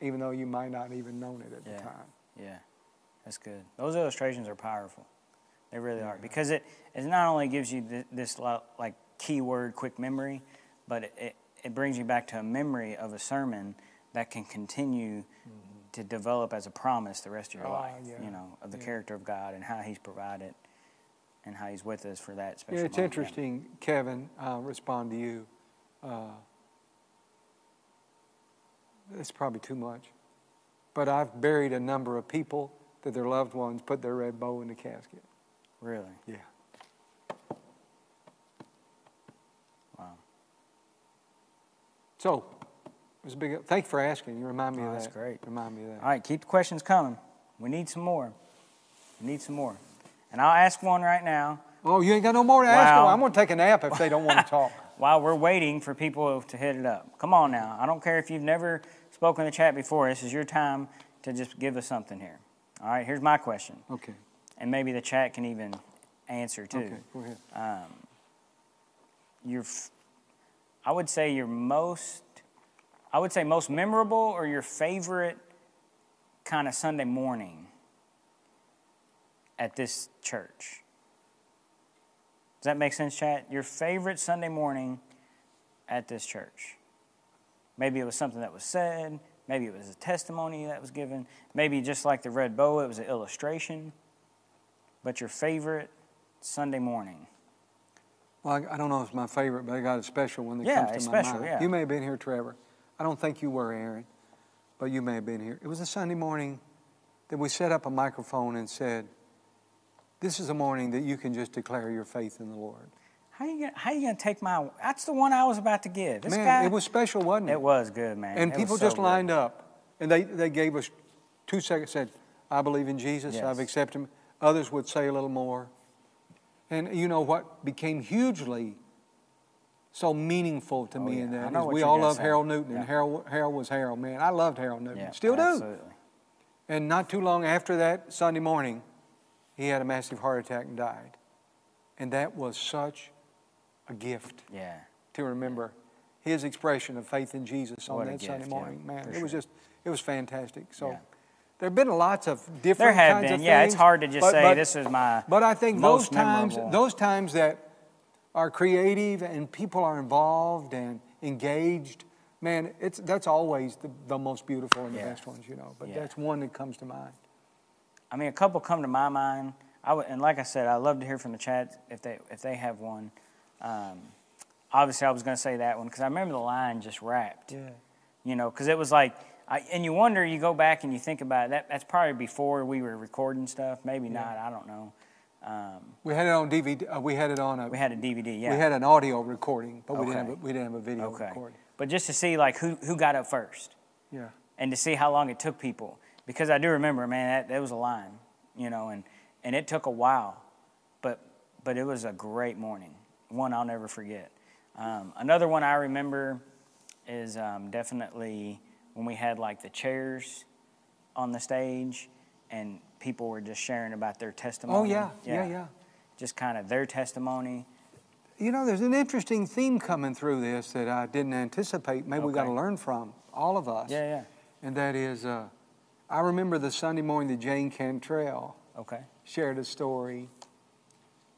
even though you might not even known it at
Yeah.
the time.
Yeah, that's good. Those illustrations are powerful. They really are because it it not only gives you th- this lo- like keyword quick memory, but it, it it brings you back to a memory of a sermon that can continue to develop as a promise the rest of your
Mm-hmm. Oh,
life.
yeah.
You know of the
Yeah.
character of God and how He's provided and how He's with us for that special.
Yeah, it's
moment.
interesting, Kevin. I'll respond to you. Uh, it's probably too much, but I've buried a number of people that their loved ones put their red bow in the casket.
Really.
Yeah.
Wow.
So it was a big. Thank you for asking. You remind me
Oh,
of
that's
that.
great.
Remind me of that.
All right, keep the questions coming. We need some more. We need some more. And I'll ask one right now.
Oh, you ain't got no more to ask.
Wow.
them? I'm going to take a nap if they don't want to talk.
while we're waiting for people to hit it up. Come on now. I don't care if you've never spoken in the chat before. This is your time to just give us something here. All right, here's my question.
Okay.
And maybe the chat can even answer too.
Okay. Go ahead.
Your f- I would say your most I would say most memorable or your favorite kind of Sunday morning at this church. Does that make sense, chat? Your favorite Sunday morning at this church. Maybe it was something that was said, maybe it was a testimony that was given, maybe just like the red bow, it was an illustration. But your favorite Sunday morning.
Well, I, I don't know if it's my favorite, but I got a special one that
Yeah,
comes to
it's
my
special,
mind.
yeah.
You may have been here, Trevor. I don't think you were, Aaron, but you may have been here. It was a Sunday morning that we set up a microphone and said, "This is a morning that you can just declare your faith in the Lord."
How you gonna, how you gonna take my? That's the one I was about to give. This
man,
guy,
it was special, wasn't it?
It was good, man.
And
It was
people
so
just
good.
lined up, and they, they gave us two seconds. Said, "I believe in Jesus.
Yes.
I've accepted Him." Others would say a little more, and you know what became hugely so meaningful to
Oh,
me
yeah.
in
I
that
know
is
what
we
you're
all
gonna
love
say.
Harold Newton,
Yeah.
and Harold Harold was Harold. Man, I loved Harold Newton.
Yeah,
Still do.
absolutely.
And not too long after that Sunday morning, he had a massive heart attack and died, and that was such a gift
Yeah,
to remember his expression of faith in Jesus on
What a
that Sunday
gift, yeah,
morning. Man,
for
it was
sure.
just, it was fantastic. So
Yeah.
there have been lots of different
there have
kinds
been.
of
Yeah, it's
things,
hard to just
but-
say
but-
this is my.
But I think those
most
times,
memorable.
those times that are creative and people are involved and engaged, man, it's, that's always the, the most beautiful and the
Yeah.
best ones, you know. But
Yeah.
that's one that comes to mind.
I mean, a couple come to my mind. I would, and like I said, I love to hear from the chat if they if they have one. Um, obviously, I was gonna say that one because I remember the line just wrapped. you know, because it was like, I, and you wonder, you go back and you think about it, that. That's probably before we were recording stuff, maybe not. I don't know. Um,
We had it on DVD. Uh, we had it on a.
we had a DVD, yeah.
we had an audio recording, but we didn't
Okay.
have a, we didn't have a video
okay.
recording.
But just to see like who who got up first,
Yeah.
and to see how long it took people, because I do remember, man, that, that was a line, you know, and and it took a while, but but it was a great morning, one I'll never forget. Um, another one I remember is um, definitely when we had like the chairs on the stage and people were just sharing about their testimony.
Oh yeah, yeah, yeah.
Just kind of their testimony.
You know, there's an interesting theme coming through this that I didn't anticipate. Maybe we got to
Okay.
learn from all of us.
Yeah,
And that is, uh, I remember the Sunday morning that Jane Cantrell
yeah. Okay.
shared a story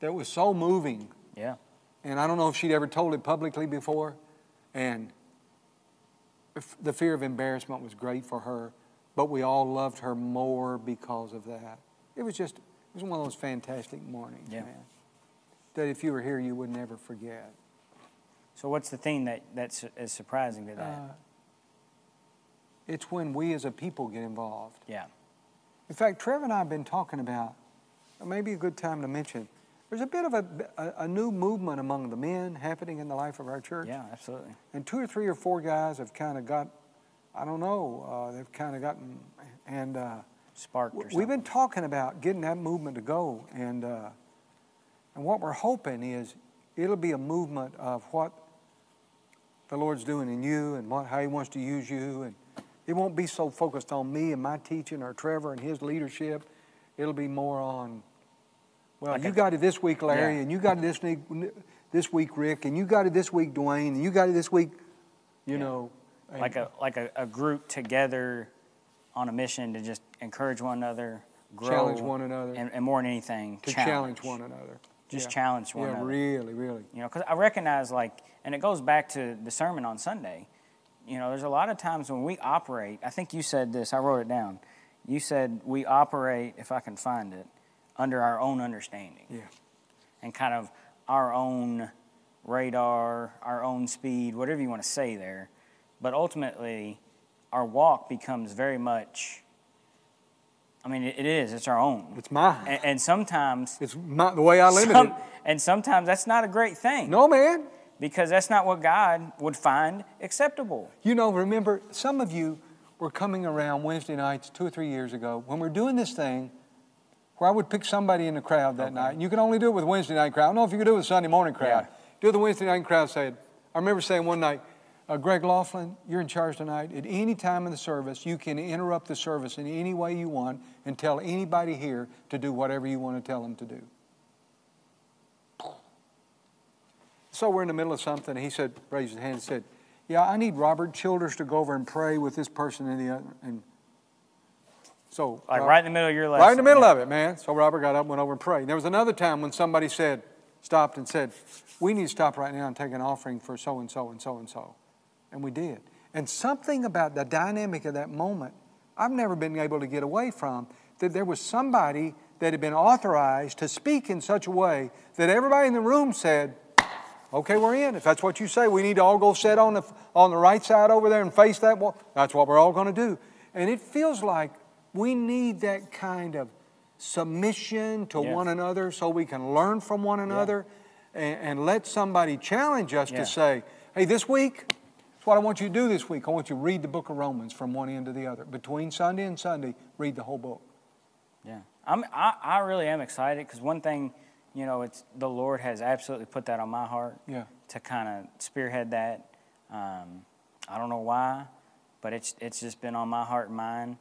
that was so moving,
Yeah.
and I don't know if she'd ever told it publicly before, and f- the fear of embarrassment was great for her, but we all loved her more because of that. It was just, it was one of those fantastic mornings,
Yeah.
man. That if you were here, you would never forget.
So what's the thing that that's is surprising to that?
Uh, It's when we as a people get involved.
yeah.
In fact, Trev and I have been talking about, or maybe a good time to mention, there's a bit of a, a, a new movement among the men happening in the life of our church.
Yeah, absolutely.
And two or three or four guys have kind of got, I don't know, uh, they've kind of gotten, and uh,
sparked or something.
We've been talking about getting that movement to go, and uh, and what we're hoping is it'll be a movement of what the Lord's doing in you and what how He wants to use you, and it won't be so focused on me and my teaching or Trevor and his leadership. It'll be more on, well,
Like
you
a-
got it this week, Larry,
Yeah.
and you got it this week, this week, Rick, and you got it this week, Dwayne, and you got it this week, you
Yeah.
know. and-
like a like a, a group together on a mission to just encourage one another, grow,
Challenge one another.
and, and more than anything,
to challenge, one another.
Just
Yeah.
challenge one
yeah,
another.
really, really.
You know, because I recognize like, and it goes back to the sermon on Sunday. You know, there's a lot of times when we operate. I think you said this. I wrote it down. You said we operate, if I can find it, under our own understanding
Yeah.
and kind of our own radar, our own speed, whatever you want to say there. But ultimately, our walk becomes very much. I mean, it it is. It's our own,
It's mine.
and, and sometimes,
it's my, the way I limit
some-
it.
and sometimes that's not a great thing
No, man.
because that's not what God would find acceptable.
You know, remember, some of you were coming around Wednesday nights two or three years ago when we're doing this thing where I would pick somebody in the crowd that night. And you can only do it with Wednesday night crowd. I don't know if you could do it with Sunday morning crowd.
Yeah.
Do the Wednesday night crowd said, I remember saying one night, uh, Greg Laughlin, you're in charge tonight. At any time in the service, you can interrupt the service in any way you want and tell anybody here to do whatever you want to tell them to do. So we're in the middle of something. He said, raised his hand and said, Yeah, I need Robert Childers to go over and pray with this person and the other. And so,
Like
Rob-
right in the middle of your lesson.
right in the middle of it, man. So Robert got up and went over and prayed. There was another time when somebody said, stopped and said, We need to stop right now and take an offering for so and so and so and so. And we did. And something about the dynamic of that moment, I've never been able to get away from that there was somebody that had been authorized to speak in such a way that everybody in the room said, Okay, we're in. If that's what you say, we need to all go sit on the, on the right side over there and face that wall. That's what we're all going to do. And it feels like we need that kind of submission to
Yeah.
one another so we can learn from one another and, and let somebody challenge us
Yeah.
to say, hey, this week, that's what I want you to do this week. I want you to read the book of Romans from one end to the other. Between Sunday and Sunday, read the whole book.
Yeah, I'm, I, I really am excited because one thing, you know, it's the Lord has absolutely put that on my heart.
Yeah.
To kind of spearhead that, um, I don't know why, but it's it's just been on my heart and mind,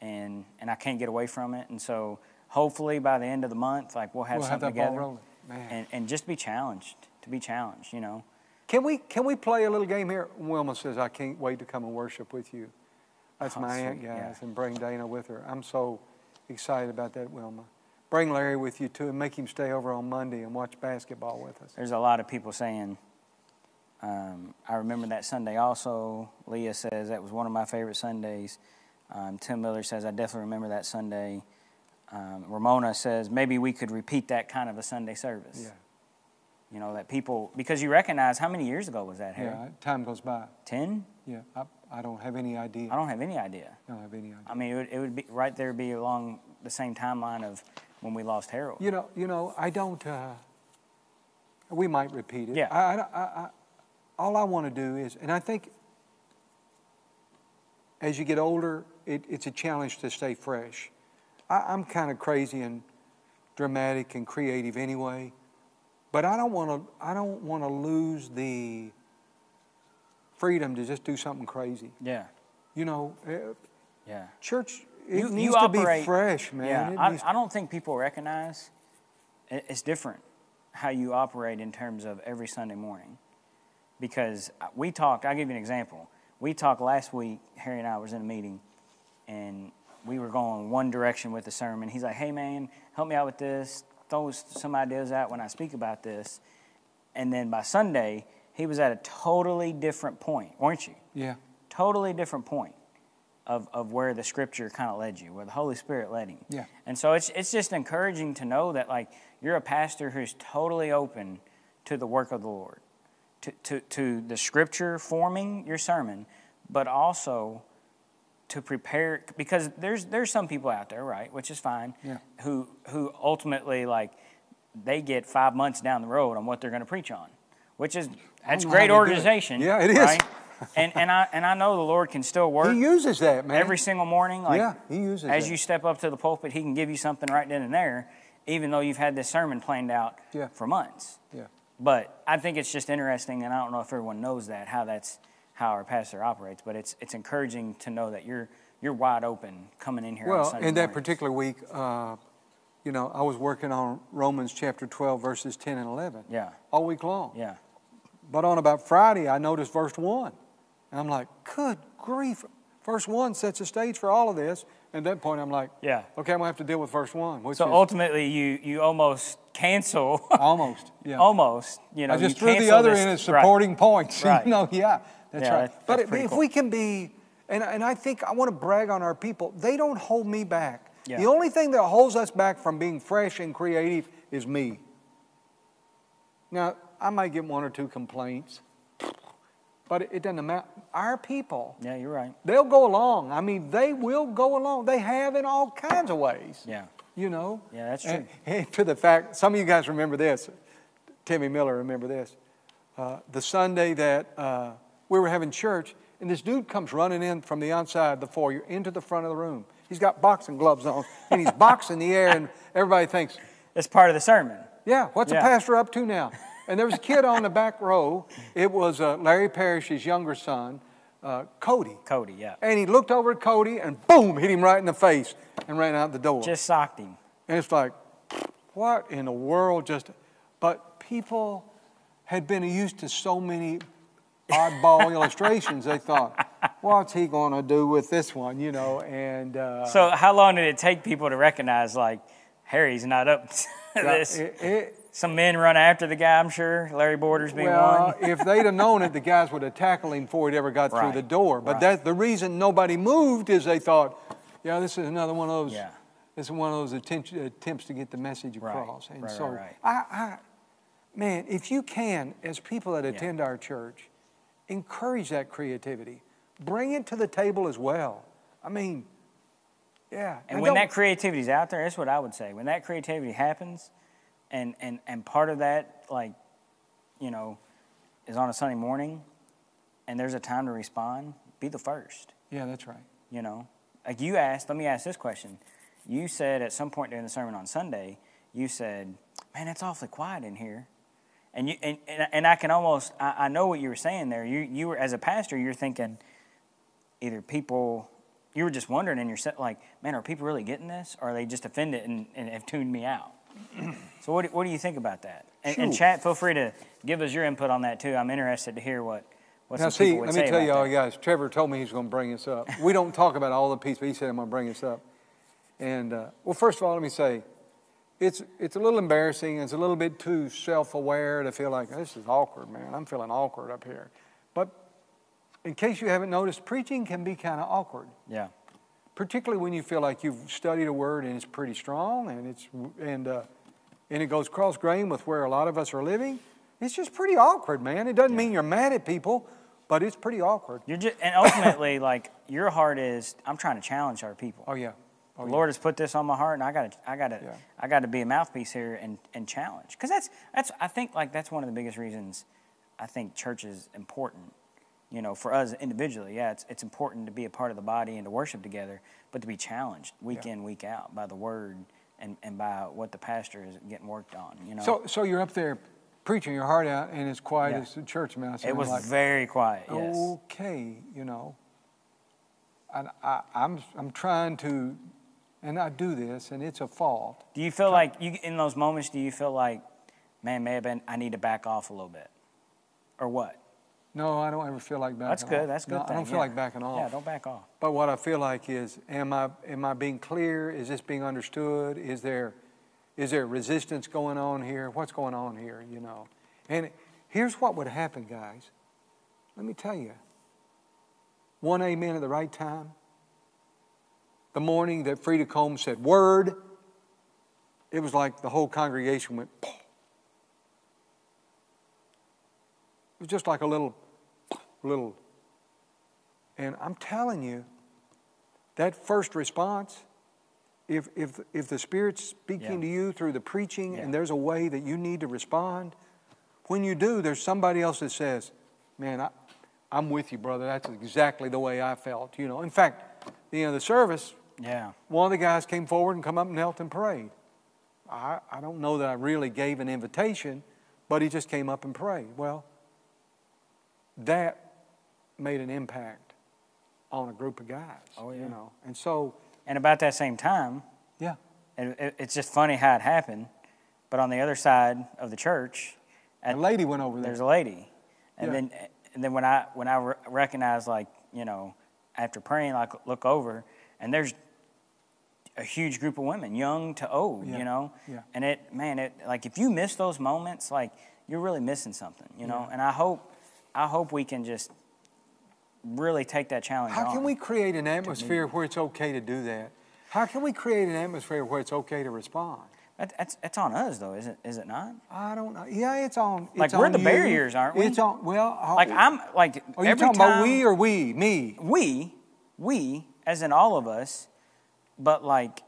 and and I can't get away from it. And so hopefully by the end of the month, like we'll have
We'll have
something
that ball
together,
rolling. Man.
and and just be challenged to be challenged, you know.
Can we, can we play a little game here? Wilma says, I can't wait to come and worship with you. That's
Oh,
my aunt,
sweet,
guys,
yeah.
and bring Dana with her. I'm so excited about that, Wilma. Bring Larry with you too and make him stay over on Monday and watch basketball with us.
There's a lot of people saying, um, I remember that Sunday also. Leah says that was one of my favorite Sundays. Um, Tim Miller says, I definitely remember that Sunday. Um, Ramona says, maybe we could repeat that kind of a Sunday service.
Yeah,
You know, that people, because you recognize how many years ago was that, Harry?
yeah, time goes by.
10?
Yeah, I, I don't have any idea.
I don't have any idea.
I don't have any idea.
I mean, it would, it would be right there, be along the same timeline of when we lost Harold.
You know, you know, I don't. Uh, we might repeat it.
Yeah.
I, I, I, I, all I want to do is, and I think, as you get older, it, it's a challenge to stay fresh. I, I'm kind of crazy and dramatic and creative anyway, but I don't want to. I don't want to lose the freedom to just do something crazy.
Yeah,
You know, eh,
yeah.
church. It
You- you
needs to
operate-
be fresh, man. It
Yeah,
needs-
I, I don't think people recognize it, it's different how you operate in terms of every Sunday morning. Because we talked, I'll give you an example. We talked last week, Harry and I was in a meeting, and we were going one direction with the sermon. He's like, hey, man, help me out with this. Throw some ideas out when I speak about this. And then by Sunday, he was at a totally different point, weren't you?
yeah.
totally different point of, of where the scripture kind of led you, where the Holy Spirit led him.
Yeah.
And so it's, it's just encouraging to know that, like, you're a pastor who's totally open to the work of the Lord, to, to, to the scripture forming your sermon, but also to prepare because there's there's some people out there right which is fine
Yeah.
who who ultimately like they get five months down the road on what they're going to preach on which is that's
know
great
how they do it.
organization
Yeah, it is.
right? and and I and I know the Lord can still work
He uses that, man.
every single morning. Like
yeah, he uses
as
that.
you step up to the pulpit, He can give you something right then and there, even though you've had this sermon planned out
Yeah.
for months.
yeah.
But I think it's just interesting, and I don't know if everyone knows that how that's how our pastor operates. But it's it's encouraging to know that you're you're wide open coming in here. on
Well,
Sunday
in that
mornings.
particular week, uh, you know, I was working on Romans chapter 12, verses 10 and 11
yeah,
all week long.
yeah,
But on about Friday, I noticed verse 1. And I'm like, good grief. Verse 1 sets the stage for all of this. And at that point, I'm like,
yeah.
okay, I'm going to have to deal with verse 1, which
So
is
ultimately, you you almost cancel,
almost. Yeah.
almost. You know,
I just
you
threw the
cancel
other
this-
in as
right.
supporting points. you
Right.
know, yeah, that's
Yeah,
right.
that-
but
that's
if-
pretty
if
cool.
we can be, and, and I think I want to brag on our people, they don't hold me back.
Yeah.
The only thing that holds us back from being fresh and creative is me. Now, I might get one or two complaints, but it, it doesn't matter. Our people,
Yeah, you're right.
they'll go along. I mean, they will go along. They have in all kinds of ways
Yeah,
you know.
Yeah, that's
And- and to the fact, some of you guys remember this. Timmy Miller, remember this. Uh, the Sunday that uh, we were having church, and this dude comes running in from the outside the foyer into the front of the room. He's got boxing gloves on, and he's boxing the air, and everybody thinks,
that's part of the sermon.
yeah, what's
Yeah.
the pastor up to now? And there was a kid on the back row. It was uh, Larry Parrish's younger son, uh, Cody.
Cody, yeah,
And he looked over at Cody and boom, hit him right in the face and ran out the door.
just socked him.
And it's like, what in the world just. But people had been used to so many oddball illustrations, they thought, what's he going to do with this one, you know? And uh,
So how long did it take people to recognize like Harry's not up to
yeah,
this?
it- it-
Some men run after the guy. I'm sure Larry Borders being
well,
one.
if they'd have known it, the guys would have tackled him before he'd ever got
Right,
through the door. But
right.
that's the reason nobody moved is they thought, yeah, this is another one of those.
Yeah.
This is one of those attempt, attempts to get the message
Right,
across. And
right, right,
so,
right.
I, I, man, if you can, as people that attend our church, encourage that creativity, bring it to the table as well. I mean, yeah.
And
Now,
when
don't-
that creativity's out there, that's what I would say. When that creativity happens, and and and part of that, like, you know, is on a Sunday morning, and there's a time to respond. Be the first.
yeah, that's right.
You know, like you asked. Let me ask this question. You said at some point during the sermon on Sunday, you said, "Man, it's awfully quiet in here," and you and and, and I can almost I, I know what you were saying there. You you were as a pastor, you're thinking either people you were just wondering in yourself like, "Man, are people really getting this? Or are they just offended and, and have tuned me out?" so what do, what do you think about that? And, and
Phew.
chat, feel free to give us your input on that too. I'm interested to hear what what
Now,
some
see,
people would
let
say
me tell
about
you all,
that.
guys. Trevor told me he's going to bring this up. We don't talk about all the pieces, but he said I'm going to bring this up. And uh, well, first of all, let me say, it's it's a little embarrassing. It's a little bit too self-aware to feel like this is awkward, man. I'm feeling awkward up here. But in case you haven't noticed, preaching can be kind of awkward,
Yeah,
particularly when you feel like you've studied a word and it's pretty strong, and it's and uh, and it goes cross grain with where a lot of us are living. It's just pretty awkward, man. It doesn't mean you're mad at people, but it's pretty awkward.
you're just and ultimately like your heart is. I'm trying to challenge our people.
Oh yeah. Oh,
the
yeah.
Lord has put this on my heart, and I got to, I got to,
Yeah.
I got to be a mouthpiece here and and challenge. Because that's that's I think like that's one of the biggest reasons I think church is important. You know, for us individually, yeah, it's it's important to be a part of the body and to worship together, but to be challenged week
Yeah.
in week out by the word and and by what the pastor is getting worked on. You know,
So so you're up there preaching your heart out and it's quiet
Yeah.
as the church mouse. and
it
I'm
was
like, oh,
very quiet. Yes.
okay, you know. And I, I'm I'm trying to and I do this and it's a fault.
Do you feel like you in those moments? Do you feel like, man, may have been I need to back off a little bit, or what?
No, I don't ever feel like backing
That's
off.
good. That's a good.
No,
thing.
I don't feel
yeah.
like backing off.
Yeah, don't back off.
But what I feel like is, am I am I being clear? Is this being understood? Is there is there resistance going on here? What's going on here? You know, and here's what would happen, guys. Let me tell you. One amen at the right time. The morning that Frida Combs said word, it was like the whole congregation went. "Pow." It was just like a little, little and I'm telling you, that first response, if, if, if the Spirit's speaking
Yeah.
to you through the preaching
Yeah.
and there's a way that you need to respond, when you do, there's somebody else that says, Man, I, I'm with you, brother. That's exactly the way I felt. You know, in fact, the end of the service,
Yeah.
one of the guys came forward and come up and helped and prayed. I, I don't know that I really gave an invitation, but he just came up and prayed. Well, that made an impact on a group of guys.
Oh, yeah.
You know, and so
And about that same time,
yeah,
it, it, it's just funny how it happened. But on the other side of the church,
a lady went over there.
there's a lady, and
Yeah.
then and then when I when I re- recognized like you know after praying like look over and there's a huge group of women, young to old,
Yeah.
you know,
Yeah.
and it man it like if you miss those moments like you're really missing something, you know, and I hope I hope we can just really take that challenge.
How can
on.
we create an atmosphere where it's okay to do that? How can we create an atmosphere where it's okay to respond?
That, that's that's on us though, is it is it not?
I don't know. Yeah, it's on.
Like,
it's
we're
on
the
you.
barriers, aren't we?
It's on. Well, I-
Like I'm like
Oh, Are you
every
talking
time
about we or we? Me.
we we as in all of us but like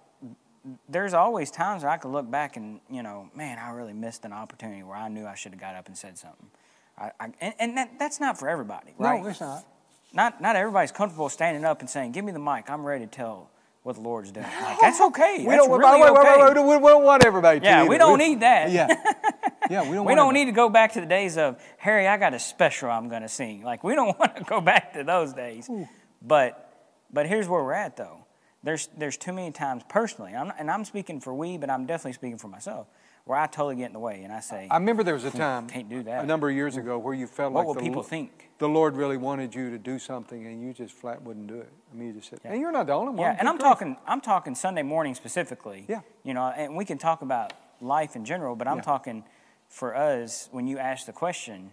there's always times where i could look back and you know man i really missed an opportunity where i knew i should have got up and said something I, I, and, and that, that's not for everybody right
No, it's not.
not not everybody's comfortable standing up and saying give me the mic i'm ready to tell what the lord's doing like, that's okay
We
that's
don't.
really
wait, wait,
okay.
wait, wait, we don't want everybody. to
Yeah, we
either.
don't need that.
Yeah, yeah, we don't.
we
want
don't
everybody.
need to go back to the days of Harry. I got a special I'm going to sing. Like we don't want to go back to those days. But but here's where we're at though. There's there's too many times personally, I'm, and I'm speaking for we, but I'm definitely speaking for myself, where I totally get in the way and I say,
I remember there was a time,
can't do that.
a number of years ago, where you felt
What
like
will
the,
people
Lo-
think?
the Lord really wanted you to do something, and you just flat wouldn't do it. I mean, you just said, and you're not the only one.
yeah.
Good
And I'm
grief.
talking I'm talking Sunday morning specifically.
Yeah.
You know, and we can talk about life in general, but I'm
Yeah.
talking for us when you ask the question,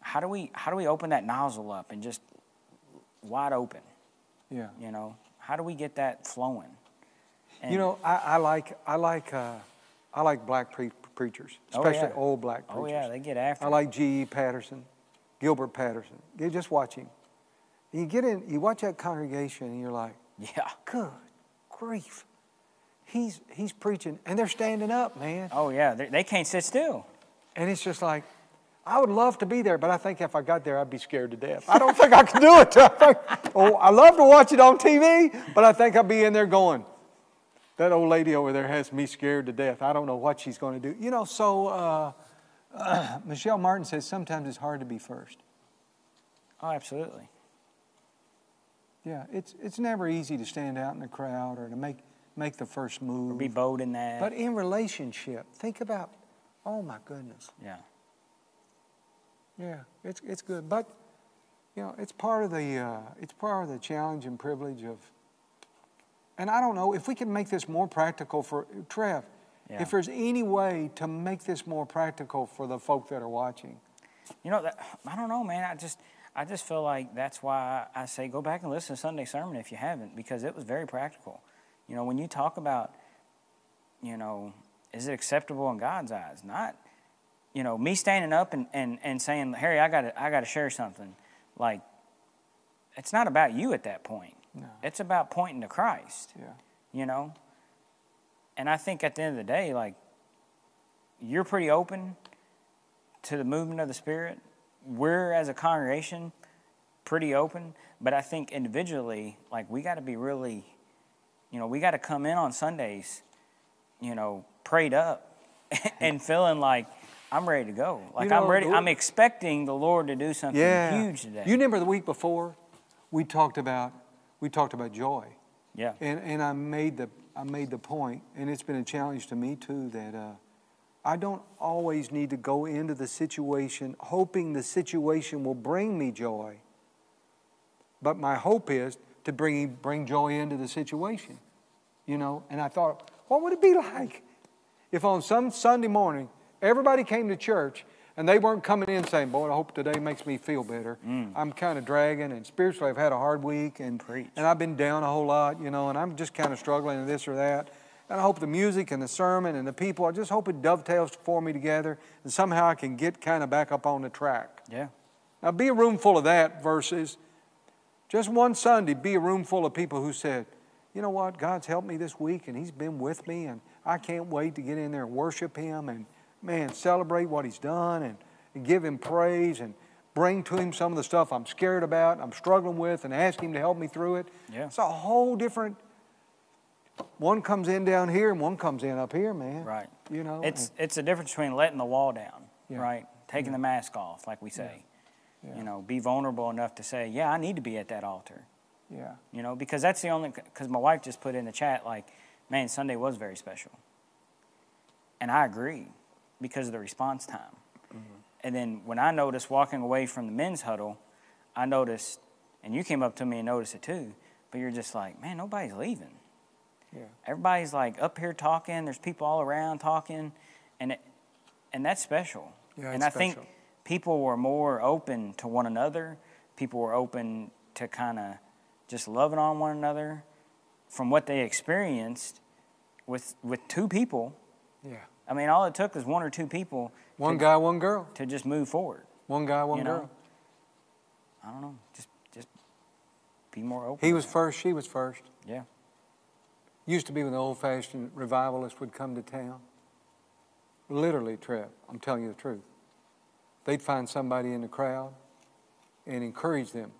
how do we how do we open that nozzle up and just wide open?
Yeah.
You know, how do we get that flowing? And-
You know, I, I like I like uh, I like black pre- preachers,
Oh, yeah.
especially old black preachers.
oh yeah, they get after.
I
it.
like G.E. Patterson, Gilbert Patterson. You just watch him. You get in, you watch that congregation, and you're like,
Yeah.
good grief. He's, he's preaching, and they're standing up, man.
Oh yeah, they, they can't sit still.
And it's just like, I would love to be there, but I think if I got there, I'd be scared to death. I don't think I could do it. I think- oh, I love to watch it on TV, but I think I'd be in there going, that old lady over there has me scared to death. I don't know what she's going to do. You know, so uh, Michelle Martin says sometimes it's hard to be first.
Oh, absolutely.
Yeah, it's, it's never easy to stand out in the crowd or to make, make the first move.
Be bold in that.
but in relationship, think about, oh my goodness.
yeah.
Yeah, it's, it's good. But, you know, it's part of the, uh, it's part of the challenge and privilege of, and I don't know, if we can make this more practical for, Trev,
Yeah.
if there's any way to make this more practical for the folk that are watching.
You know, that, I don't know, man. I just I just feel like that's why I say go back and listen to Sunday sermon if you haven't, because it was very practical. You know, when you talk about, you know, is it acceptable in God's eyes? Not, you know, me standing up and, and, and saying, Harry, I gotta I gotta share something. Like, it's not about you at that point.
No.
It's about pointing to Christ.
Yeah.
you know and i think at the end of the day like you're pretty open to the movement of the spirit we're as a congregation pretty open but i think individually like we got to be really you know we got to come in on sundays you know prayed up and feeling like i'm ready to go like i'm
know,
ready
the-
i'm expecting the lord to do something
Yeah.
huge today
You remember the week before, we talked about, we talked about joy.
yeah
And, and I made the I made the point, and it's been a challenge to me too that uh, I don't always need to go into the situation hoping the situation will bring me joy. But my hope is to bring bring joy into the situation, you know. And I thought, what would it be like if on some Sunday morning everybody came to church? And they weren't coming in saying, "Boy, I hope today makes me feel better." I'm kind of dragging, and spiritually, I've had a hard week, and
Preach.
and I've been down a whole lot, you know, and I'm just kind of struggling with this or that. And I hope the music and the sermon and the people, I just hope it dovetails for me together and somehow I can get kind of back up on the track.
yeah
Now, be a room full of that versus just one Sunday, be a room full of people who said, you know what, God's helped me this week and He's been with me and I can't wait to get in there and worship Him and, man, celebrate what He's done and give Him praise and, bring to Him some of the stuff I'm scared about, I'm struggling with, and ask Him to help me through it.
Yeah.
It's a whole different. One comes in down here and one comes in up here, man.
Right.
You know.
It's it's the difference between letting the wall down,
Oh, Yeah.
right? Taking the mask off, like we say.
Yeah.
You know, be vulnerable enough to say, "Yeah, I need to be at that altar."
and- yeah.
You know, because that's the only because my wife just put in the chat like, "Man, Sunday was very special," and I agree because of the response time.
Mm-hmm.
And then when I noticed walking away from the men's huddle, I noticed, and you came up to me and noticed it too. But you're just like, "Man, nobody's leaving."
Yeah.
everybody's like up here talking. There's people all around talking, and it, and that's special.
Yeah,
and
it's
I think
special.
people were more open to one another. People were open to kind of just loving on one another from what they experienced with with two people.
Yeah.
I mean, all it took was one or two people
One
to,
guy, one girl.
to just move forward.
One guy, one
you know?
girl.
I don't know, just just be more open.
He was first. She was first.
yeah,
Used to be when the old fashioned revivalists would come to town. Literally, Trev, I'm telling you the truth. They'd find somebody in the crowd and encourage them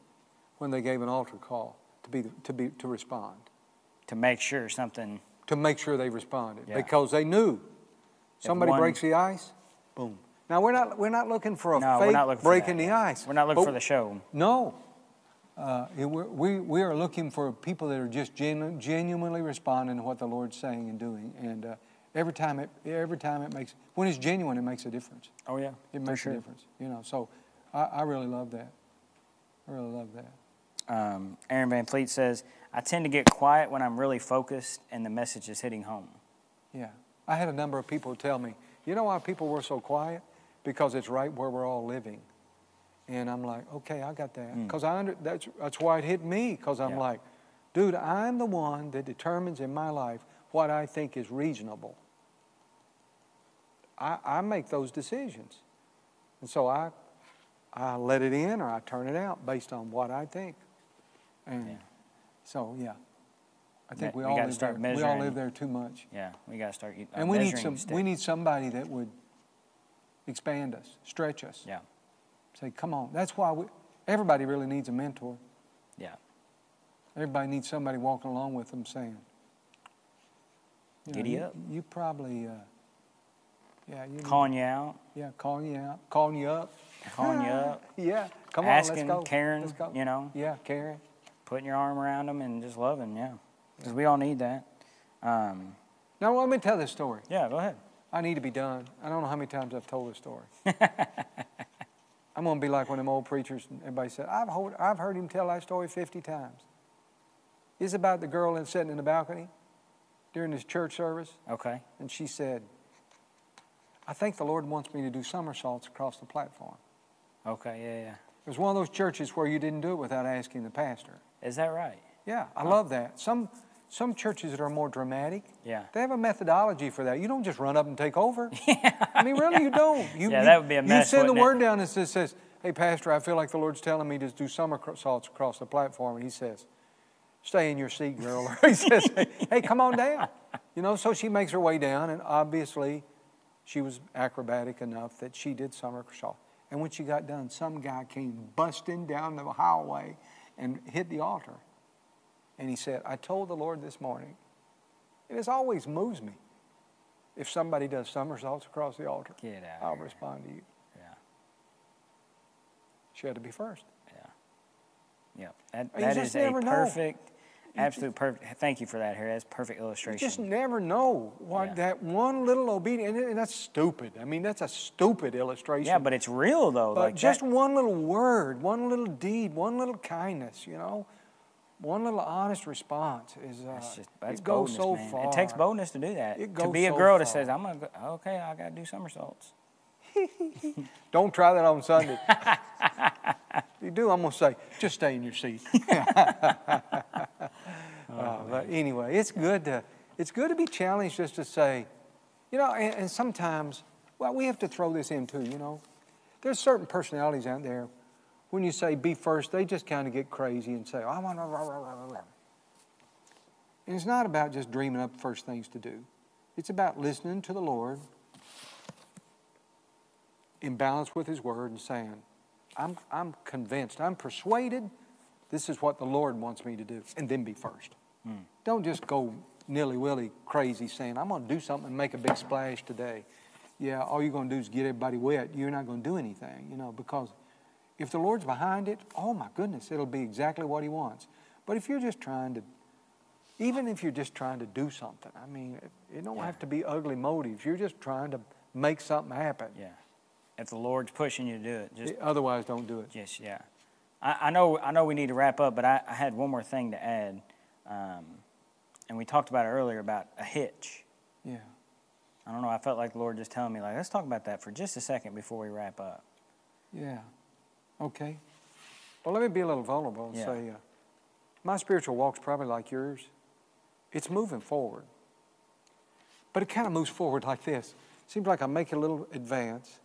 when they gave an altar call to, be, to, be, to respond,
to make sure something.
to make sure they responded
Yeah.
because they knew somebody
one-
breaks the ice, boom. Now, we're not, we're not looking for a
No,
fake
we're not looking
breaking
for that.
the ice. Oh.
We're not looking
but-
for the show.
No. Uh, it- we're- we, we are looking for people that are just genu- genuinely responding to what the Lord's saying and doing. And uh, every, time it, every time it makes, when it's genuine, it makes a difference.
Oh yeah,
It
for
makes
sure.
a difference. You know, so I, I really love that. I really love that.
Um, Aaron Van Fleet says, I tend to get quiet when I'm really focused and the message is hitting home.
Yeah. I had a number of people tell me, you know why people were so quiet? Because it's right where we're all living. And I'm like, okay, I got that. Because I under, that's, that's why it hit me, because I'm
Hmm. Yeah.
like, dude, I'm the one that determines in my life what I think is reasonable. I, I make those decisions. And so I, I let it in or I turn it out based on what I think. And
Yeah.
so, yeah. I think
Me-
we
we
all,
gotta
live
start
there. we all
measuring.
live there too much.
Yeah, we got to start uh, eating.
And we need some. We need somebody that would expand us, stretch us.
Yeah,
Say, come on. That's why we, everybody really needs a mentor.
yeah.
Everybody needs somebody walking along with them, saying, you
Giddy
you,
up.
You probably. Uh, yeah. You.
Calling you out,
Yeah. Calling you out. Calling you up.
calling you up,
Yeah. Come on.
Asking,
Let's go.
caring,
Let's go.
you know.
Yeah. Karen.
putting your arm around them and just loving. Yeah, because we all need that. Um,
Now let me tell this story.
yeah, go ahead.
I need to be done. I don't know how many times I've told this story. I'm going to be like one of them old preachers. and Everybody said, I've heard, I've heard him tell that story 50 times. It's about the girl that's sitting in the balcony during this church service,
Okay.
and she said, I think the Lord wants me to do somersaults across the platform.
Okay. Yeah,
It was one of those churches where you didn't do it without asking the pastor.
yeah. Is that right?
Yeah,
Uh,
I love that. Some, some churches that are more dramatic,
Yeah.
they have a methodology for that. You don't just run up and take over. I mean, really, you don't. You,
Yeah,
you-
that would be a mess,
You send the
wouldn't it?
word down and says, says, "Hey, pastor, I feel like the Lord's telling me to do somersaults across the platform." And he says, "Stay in your seat, girl." Or he says, "Hey, hey, come on down." You know, so she makes her way down, and obviously, she was acrobatic enough that she did somersault. And when she got done, some guy came busting down the hallway and hit the altar. And he said, "I told the Lord this morning." And this always moves me. If somebody does somersaults across the altar,
Get out.
I'll
here.
respond to you.
Yeah.
She had to be first.
Yeah. That,
You
that
just
is a
never know.
perfect, absolute perfect. Thank you for that, Harry. That's perfect
You
illustration.
just never know what
Yeah.
that one little obedience, and, and that's stupid. I mean, that's a stupid illustration.
yeah, but it's real though.
But
like
just
that-
one little word, one little deed, one little kindness, you know, one little honest response is uh,
That's just that's
it
boldness,
goes so
man.
far.
It takes boldness to do that.
It
to
goes
be a
so
girl that
far.
says, "I'm gonna go, okay, I gotta do somersaults."
Don't try that on Sunday. you do, I'm going to say, just stay in your seat. Uh, but anyway, it's good to it's good to be challenged just to say, you know, and, and sometimes, well, we have to throw this in too, you know. There's certain personalities out there, when you say be first, they just kind of get crazy and say, I want to. And it's not about just dreaming up first things to do. It's about listening to the Lord in balance with His Word and saying, I'm, I'm convinced, I'm persuaded this is what the Lord wants me to do, and then be first. Don't just go nilly willy crazy saying, I'm going to do something and make a big splash today. Yeah, all you're going to do is get everybody wet. You're not going to do anything, you know, because if the Lord's behind it, oh my goodness, it'll be exactly what He wants. But if you're just trying to, even if you're just trying to do something, I mean, it, it don't
Yeah.
have to be ugly motives. You're just trying to make something happen.
Yeah. If the Lord's pushing you to do it, just
Otherwise, don't do it.
Yes, yeah. I, I know I know we need to wrap up, but I, I had one more thing to add. Um, and we talked about it earlier about a hitch.
Yeah.
I don't know, I felt like the Lord just telling me, like, let's talk about that for just a second before we wrap up.
Yeah. Okay. Well, let me be a little vulnerable and
Yeah.
say uh, my spiritual walk's probably like yours. It's moving forward, but it kind of moves forward like this. Seems like I make a little advance,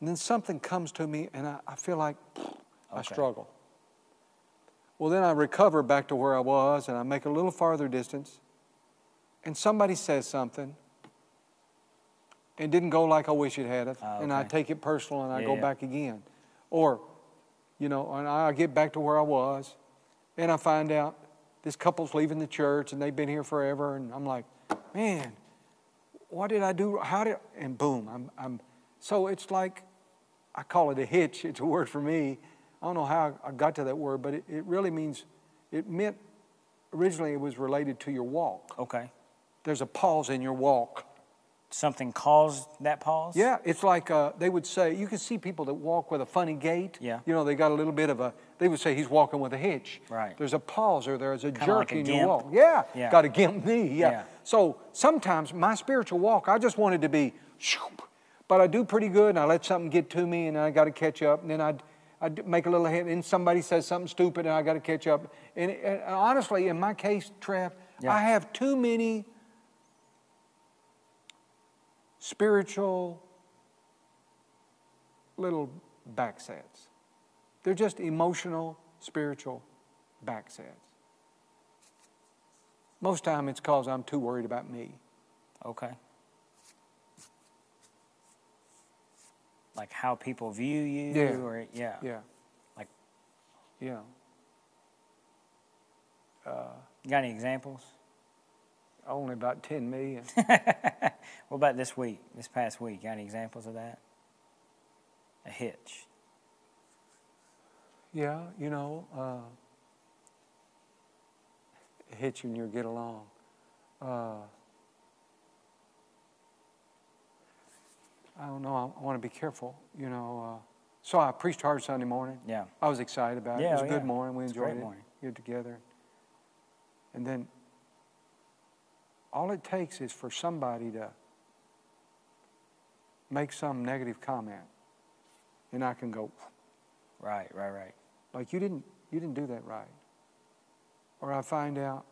and then something comes to me, and I, I feel like I
Okay.
struggle. Well, then I recover back to where I was, and I make a little farther distance, and somebody says something. It didn't go like I wish it had,
Ah,
and I
okay.
take it personal, and I
Yeah,
go
yeah.
back again, or you know, and I get back to where I was, and I find out this couple's leaving the church and they've been here forever, and I'm like, man, what did I do? How did? And boom, I'm, I'm. So it's like, I call it a hitch. It's a word for me. I don't know how I got to that word, but it, it really means, it meant originally it was related to your walk.
Okay.
There's a pause in your walk.
Something caused that pause?
Yeah, it's like uh, they would say, you can see people that walk with a funny gait.
Yeah.
You know, they got a little bit of a, they would say he's walking with a hitch.
Right.
There's a pause or there's a
Kinda
jerk
like a
in your
gimp.
walk. Yeah,
Yeah.
Got a gimp knee. Yeah.
Yeah.
So sometimes my spiritual walk, I just wanted to be, shoop, but I do pretty good and I let something get to me and I got to catch up and then I'd, I'd make a little hit and somebody says something stupid and I got to catch up. And, and honestly, in my case, Trev,
Yeah.
I have too many spiritual little backsets. They're just emotional, spiritual backsets. Most time it's because I'm too worried about me.
Okay. Like how people view you
Yeah.
or yeah.
Yeah.
Like-
yeah.
You got any examples?
Only about 10 million.
What about this week, this past week? Got any examples of that? A hitch.
yeah, you know, uh, hit you and you'll get along. Uh, I don't know. I, I want to be careful. You know, uh, so I preached hard Sunday morning.
Yeah.
I was excited about it.
Yeah,
it was a
oh,
good
yeah.
morning. We
It's a
enjoyed
great
it.
morning.
You're together. And then all it takes is for somebody to make some negative comment. And I can go,
Right, right, right.
like you didn't you didn't do that right. Or I find out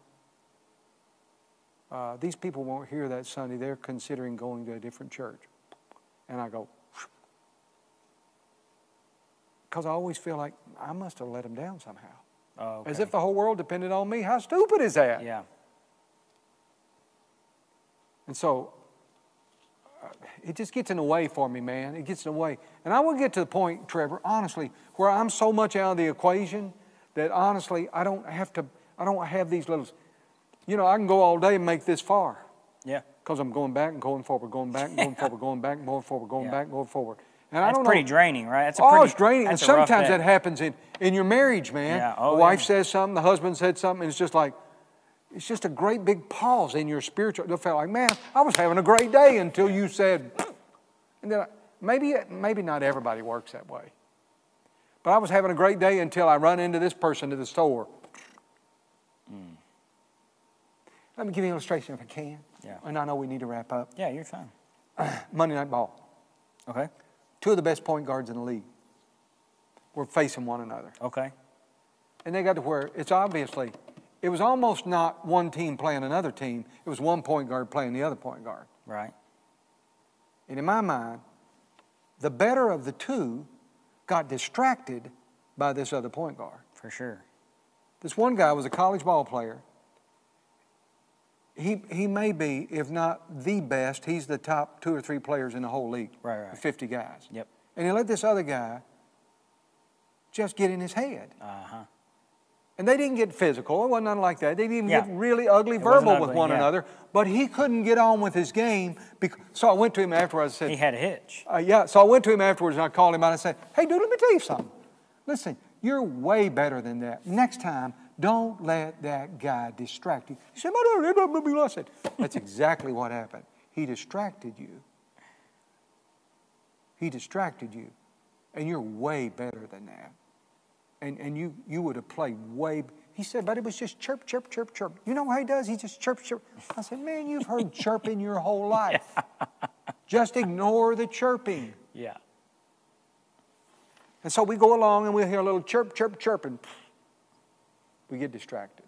uh, these people won't hear that Sunday. They're considering going to a different church. And I go, because I always feel like I must have let them down somehow.
Oh,
As
okay.
if the whole world depended on me. How stupid is that?
Yeah.
And so uh, it just gets in the way for me, man. It gets in the way. And I will get to the point, Trevor, honestly, where I'm so much out of the equation that honestly, I don't have to, I don't have these little, you know, I can go all day and make this far
Yeah.
because I'm going back and going forward, going back and going forward, going back and going forward, going
Yeah.
back and going forward. And I
That's
don't
pretty
know.
draining, right? That's a
oh,
pretty,
it's draining. And
that's a rough
sometimes
day.
that happens in, in your marriage, man.
Yeah, oh,
the wife
yeah.
says something, the husband said something, and it's just like, it's just a great big pause in your spiritual. It felt like, man, I was having a great day until you said, and then I, maybe, maybe not everybody works that way. But I was having a great day until I run into this person at the store.
Hmm.
Let me give you an illustration if I can.
Yeah.
And I know we need to wrap up.
Yeah, you're fine.
Monday Night Ball.
Okay.
Two of the best point guards in the league were facing one another.
Okay.
And they got to where it's obviously, it was almost not one team playing another team, it was one point guard playing the other point guard.
Right.
And in my mind, the better of the two got distracted by this other point guard.
For sure.
This one guy was a college ball player. He, he may be, if not the best, he's the top two or three players in the whole league.
Right, right.
50 guys.
Yep.
And he let this other guy just get in his head. Uh-huh. And they didn't get physical. It wasn't nothing like that. They didn't even
Yeah.
get really ugly
It wasn't
verbal with
ugly,
one
yeah.
another. But he couldn't get on with his game. Because, so I went to him afterwards and said,
He had a hitch.
uh, yeah, so I went to him afterwards and I called him out and I said, Hey, dude, let me tell you something. Listen, you're way better than that. Next time, don't let that guy distract you. He said, "My daughter, blah, blah, blah." I said, That's exactly what happened. He distracted you. He distracted you. And you're way better than that. And, and you, you would have played way. b- He said, but it was just chirp, chirp, chirp, chirp. You know how he does? He just chirps, chirp. I said, man, you've heard chirping your whole life. Just ignore the chirping.
Yeah.
And so we go along and we hear a little chirp, chirp, chirp, and we get distracted.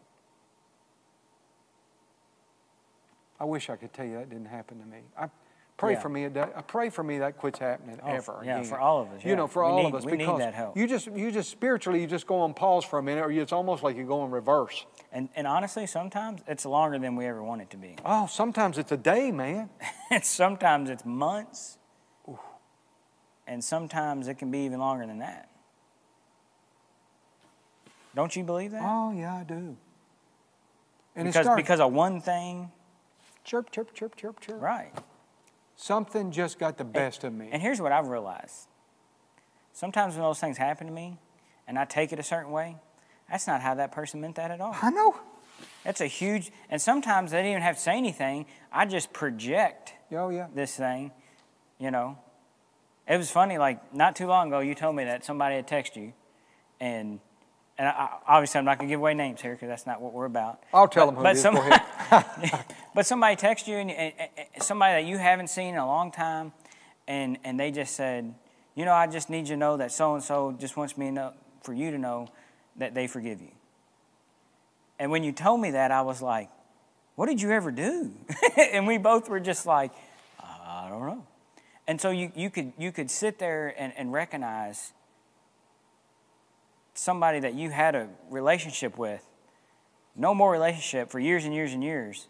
I wish I could tell you that didn't happen to me. I pray
Yeah.
for me. That, I pray for me that quits happening
Oh,
ever
yeah,
again.
for all of us,
You
yeah.
know, for
We
all of
need-
us,
we need
because
that help.
you just you just spiritually you just go on pause for a minute, or you, it's almost like you go in reverse.
And, and honestly, sometimes it's longer than we ever want it to be.
Oh, sometimes it's a day, man.
And sometimes it's months. And sometimes it can be even longer than that. Don't you believe that?
Oh yeah, I do. And it
because,
starts
because of one thing,
chirp, chirp, chirp, chirp, chirp.
right.
Something just got the best of me.
And here's what I've realized. Sometimes when those things happen to me and I take it a certain way, that's not how that person meant that at all.
I know.
That's a huge, and sometimes they didn't even have to say anything. I just project
Oh yeah.
this thing, you know. It was funny, like, not too long ago, you told me that somebody had texted you, and and I, I- obviously I'm not going to give away names here because that's not what we're about.
I'll tell
But-
them who
but
it is.
some-
Go ahead.
But somebody texted you, and, and, and somebody that you haven't seen in a long time, and, and they just said, you know, I just need you to know that so and so just wants me to know, for you to know that they forgive you. And when you told me that, I was like, what did you ever do? and we both were just like, I don't know. And so you, you could you could sit there and, and recognize somebody that you had a relationship with, no more relationship for years and years and years,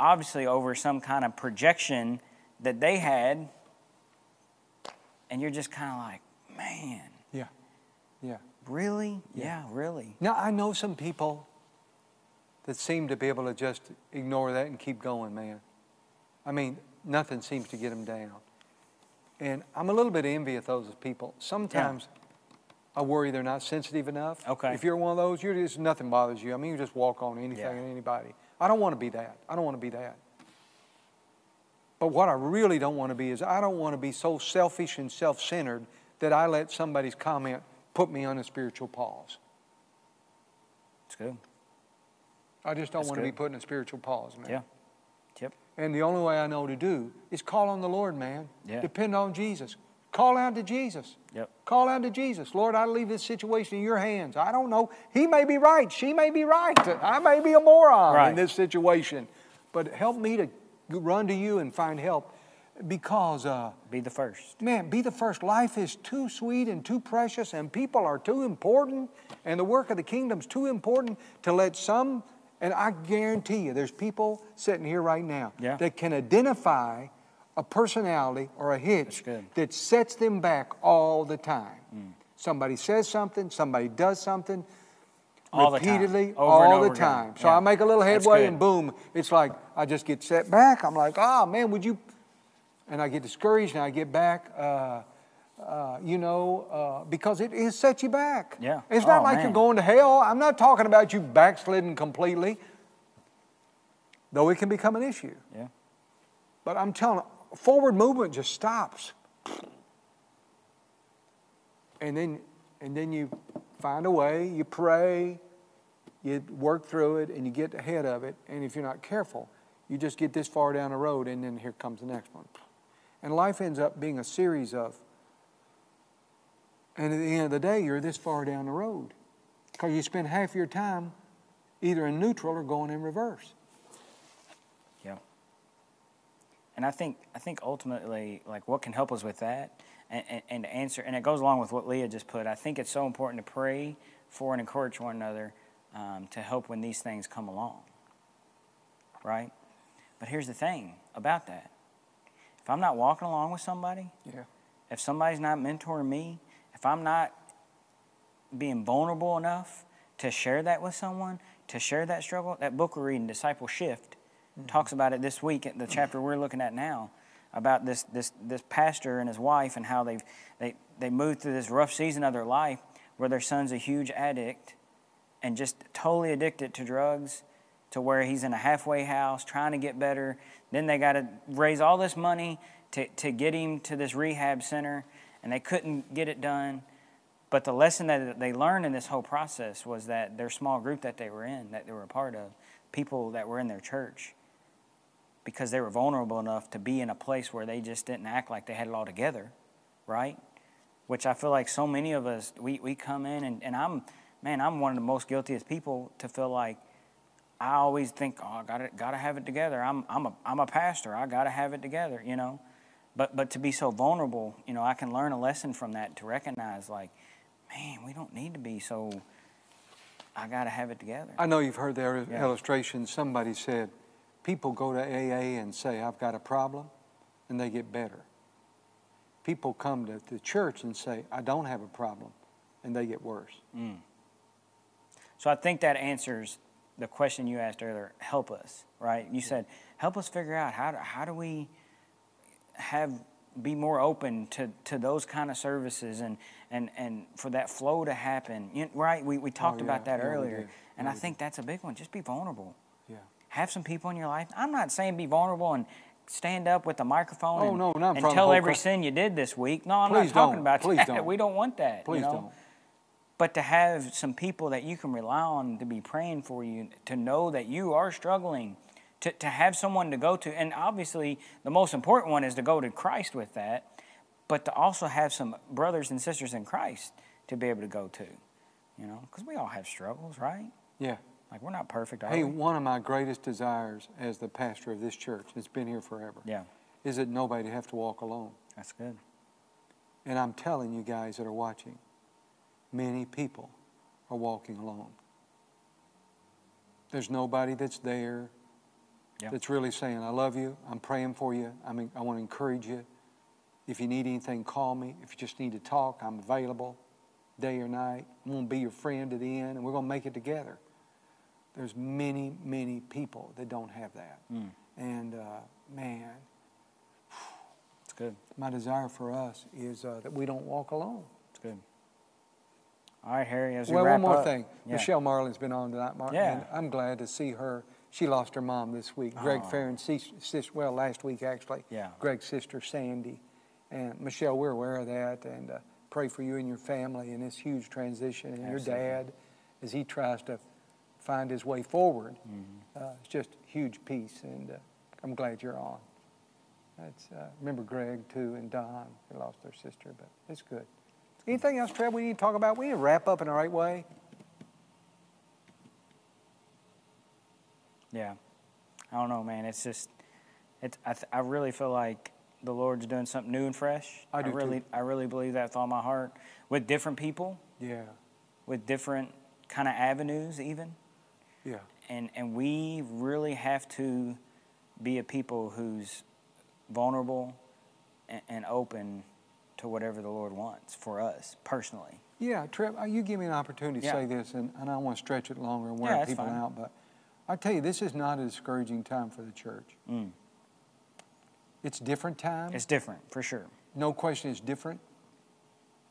obviously over some kind of projection that they had, and you're just kind of like, man,
Yeah. Yeah.
really? Yeah, really.
Now, I know some people that seem to be able to just ignore that and keep going, man. I mean, nothing seems to get them down. And I'm a little bit envious of those people. Sometimes I worry they're not sensitive enough.
Okay.
If you're one of those, you're just, nothing bothers you. I mean, you just walk on anything
Yeah.
and anybody. I don't want to be that. I don't want to be that. But what I really don't want to be is I don't want to be so selfish and self centered that I let somebody's comment put me on a spiritual pause.
It's good.
I just don't
That's
want to be
good.
put in a spiritual pause, man.
Yeah. Yep.
And the only way I know to do is call on the Lord, man.
Yeah.
Depend on Jesus. Call out to Jesus.
Yep.
Call out to Jesus. Lord, I leave this situation in your hands. I don't know. He may be right. She may be right. I may be a moron
Right.
in this situation. But help me to run to you and find help because, uh,
Be the first.
man, be the first. Life is too sweet and too precious, and people are too important, and the work of the kingdom's too important to let some. And I guarantee you, there's people sitting here right now
Yeah.
that can identify a personality or a hitch
good. Mm.
that sets them back all the time. Somebody says something, somebody does something.
All the time.
repeatedly,
Over and
all
over
the
again.
time. So
Yeah.
I make a little
That's
headway,
good.
and boom, it's like I just get set back. I'm like, oh man, would you and I get discouraged and I get back, uh, uh, you know, uh, because it, it sets you back.
Yeah.
It's not
Oh,
like
man.
you're going to hell. I'm not talking about you backslidden completely, though it can become an issue.
Yeah.
But I'm telling forward movement just stops. And then, and then you find a way, you pray, you work through it, and you get ahead of it. And if you're not careful, you just get this far down the road, and then here comes the next one. And life ends up being a series of, and at the end of the day, you're this far down the road. Because you spend half your time either in neutral or going in reverse.
Yeah. And I think I think ultimately, like what can help us with that, and, and, and to answer, and it goes along with what Leah just put. I think it's so important to pray for and encourage one another um, to help when these things come along. Right. But here's the thing about that: if I'm not walking along with somebody,
Yeah.
if somebody's not mentoring me, if I'm not being vulnerable enough to share that with someone, to share that struggle. That book we're reading, Disciple Shift, talks about it this week at the chapter we're looking at now about this this this pastor and his wife and how they've they they moved through this rough season of their life where their son's a huge addict and just totally addicted to drugs to where he's in a halfway house trying to get better. Then they got to raise all this money to, to get him to this rehab center, and they couldn't get it done. But the lesson that they learned in this whole process was that their small group that they were in, that they were a part of, people that were in their church, because they were vulnerable enough to be in a place where they just didn't act like they had it all together, right? Which I feel like so many of us, we, we come in, and, and I'm, man, I'm one of the most guiltiest people to feel like I always think, oh, I gotta gotta have it together. I'm I'm a I'm a pastor. I gotta have it together, you know. But but to be so vulnerable, you know, I can learn a lesson from that to recognize like, man, we don't need to be so. I gotta have it together.
I know you've heard their
Yeah.
illustration. Somebody said, people go to AA and say, I've got a problem, and they get better. People come to the church and say, I don't have a problem, and they get worse.
So I think that answers the question you asked earlier. Help us, right? You said, help us figure out how do, how do we have be more open to, to those kind of services and, and, and for that flow to happen. You, right? We, we talked
Oh, yeah.
about that
Yeah, we
earlier.
did.
And
Yeah,
I
we
think that's a big one. Just be vulnerable.
Yeah.
Have some people in your life. I'm not saying be vulnerable and stand up with the microphone
Oh,
and,
no, not
and
in front of the
tell
whole
every
crowd.
sin you did this week. No, I'm
Please
not talking
don't.
about
Please
that.
don't.
We don't want that.
Please
you know?
don't.
but to have some people that you can rely on to be praying for you, to know that you are struggling, to, to have someone to go to. And obviously, the most important one is to go to Christ with that, but to also have some brothers and sisters in Christ to be able to go to, you know, because we all have struggles, right?
Yeah.
Like, we're not perfect, are
Hey,
we?
one of my greatest desires as the pastor of this church, it's been here forever,
Yeah,
is that nobody have to walk alone.
that's good.
And I'm telling you guys that are watching, many people are walking alone. There's nobody that's there
Yeah.
that's really saying, I love you, I'm praying for you, I, mean, I want to encourage you. If you need anything, call me. If you just need to talk, I'm available day or night. I'm going to be your friend to the end, and we're going to make it together. There's many, many people that don't have that.
Mm.
And uh, man,
It's good.
my desire for us is uh, that we don't walk alone.
It's good. All right, Harry, as we
Well,
wrap
one more
up-
thing.
Yeah.
Michelle Marlin's been on tonight, Mark,
Yeah.
and I'm glad to see her. She lost her mom this week. Greg
Oh.
Farron's sis, sis, well, last week actually.
Yeah.
Greg's sister Sandy, and Michelle, we're aware of that, and uh, pray for you and your family in this huge transition, and
Absolutely.
your dad, as he tries to find his way forward. Uh, it's just huge piece, and uh, I'm glad you're on. That's, uh, remember Greg too and Don, they lost their sister, but it's good. Anything else, Trev, we need to talk about? We need to wrap up in the right way.
Yeah. I don't know, man. It's just, it's, I, th- I really feel like the Lord's doing something new and fresh.
I do too.
really, I really believe that with all my heart. With different people,
Yeah,
with different kind of avenues, even.
yeah.
And, and we really have to be a people who's vulnerable and, and open to whatever the Lord wants for us personally.
Yeah, Trev, uh, you give me an opportunity to
Yeah.
say this, and, and I don't want to stretch it longer and wear
Yeah, that's
people
fine.
out, but I tell you, this is not a discouraging time for the church.
Mm.
It's different time.
It's different, for sure.
no question it's different,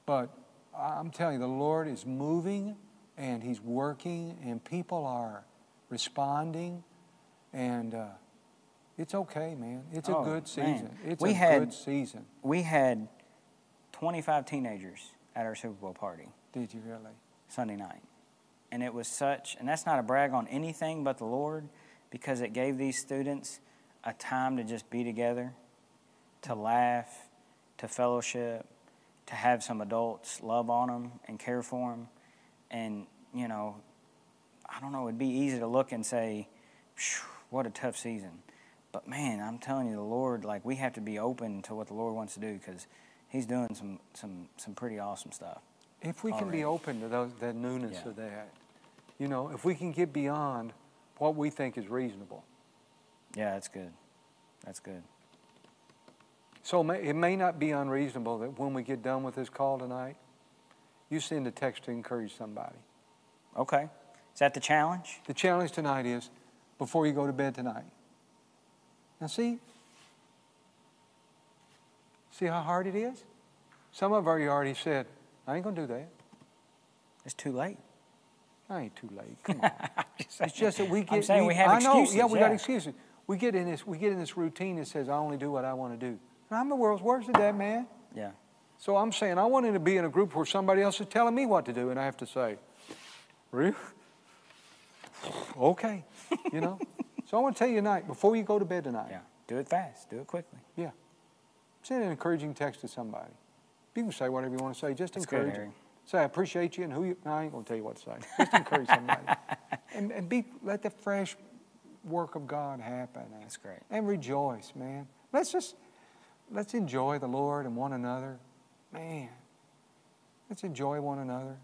but I- I'm telling you, the Lord is moving and He's working, and people are responding, and uh, it's okay, man. It's
Oh,
a good
man.
season. It's
We
a
had-
good season.
We had 25 teenagers at our Super Bowl party.
Did you really?
Sunday night. And it was such, and that's not a brag on anything but the Lord, because it gave these students a time to just be together, to laugh, to fellowship, to have some adults love on them and care for them. And, you know, I don't know, it'd be easy to look and say, "Phew, what a tough season. But man, I'm telling you, the Lord, like, we have to be open to what the Lord wants to do because He's doing some, some, some pretty awesome stuff.
If we can
Already.
be open to those, that newness
Yeah.
of that, you know, if we can get beyond what we think is reasonable.
Yeah, that's good. That's good.
So it may, it may not be unreasonable that when we get done with this call tonight, you send a text to encourage somebody.
Okay. Is that the challenge?
The challenge tonight is before you go to bed tonight. Now, see, see how hard it is? Some of you already said, I ain't going to do that.
It's too late.
I ain't too late. Come on. it's just that we get.
I'm saying we have
I know,
excuses.
Yeah, we got excuses. We get in this. We get in this routine that says I only do what I want to do. And I'm the world's worst at that, man.
Yeah.
So I'm saying I wanted to be in a group where somebody else is telling me what to do, and I have to say, "Really? Okay, you know. so I want to tell you tonight, before you go to bed tonight,
Yeah. Do it fast. Do it quickly.
send an encouraging text to somebody. You can say whatever you want to say. Just
That's good,
encourage.
Harry.
Say I appreciate you and who you. No, I ain't gonna tell you what to say. Just encourage somebody, and, and be let the fresh work of God happen,
That's great.
and rejoice, man. Let's just let's enjoy the Lord and one another, man. Let's enjoy one another.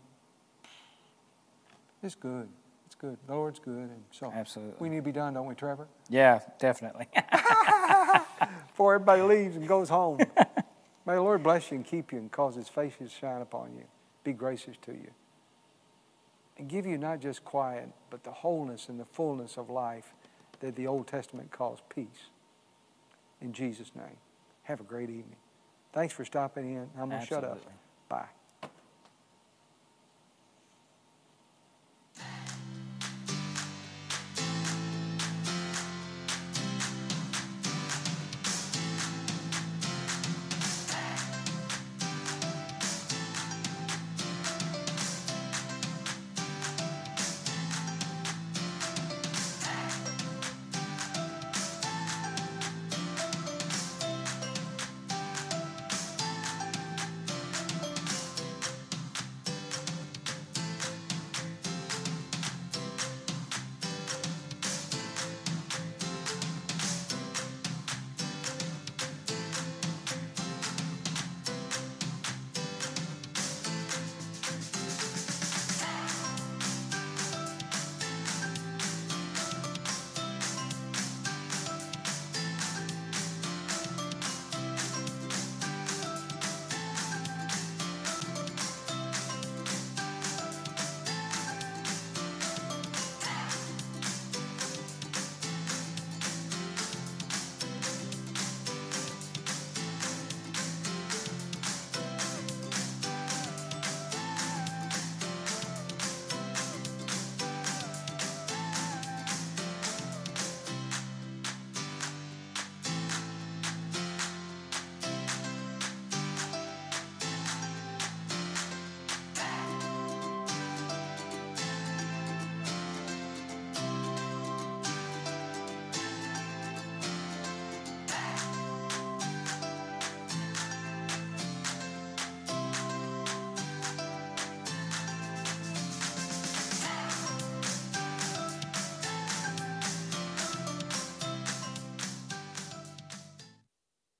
It's good. It's good. The Lord's good, and so
Absolutely.
we need to be done, don't we, Trevor?
Yeah, definitely.
Before everybody leaves and goes home. May the Lord bless you and keep you and cause his face to shine upon you, be gracious to you, and give you not just quiet, but the wholeness and the fullness of life that the Old Testament calls peace. In Jesus' name, have a great evening. Thanks for stopping in. I'm going to shut up.
Absolutely.
Bye.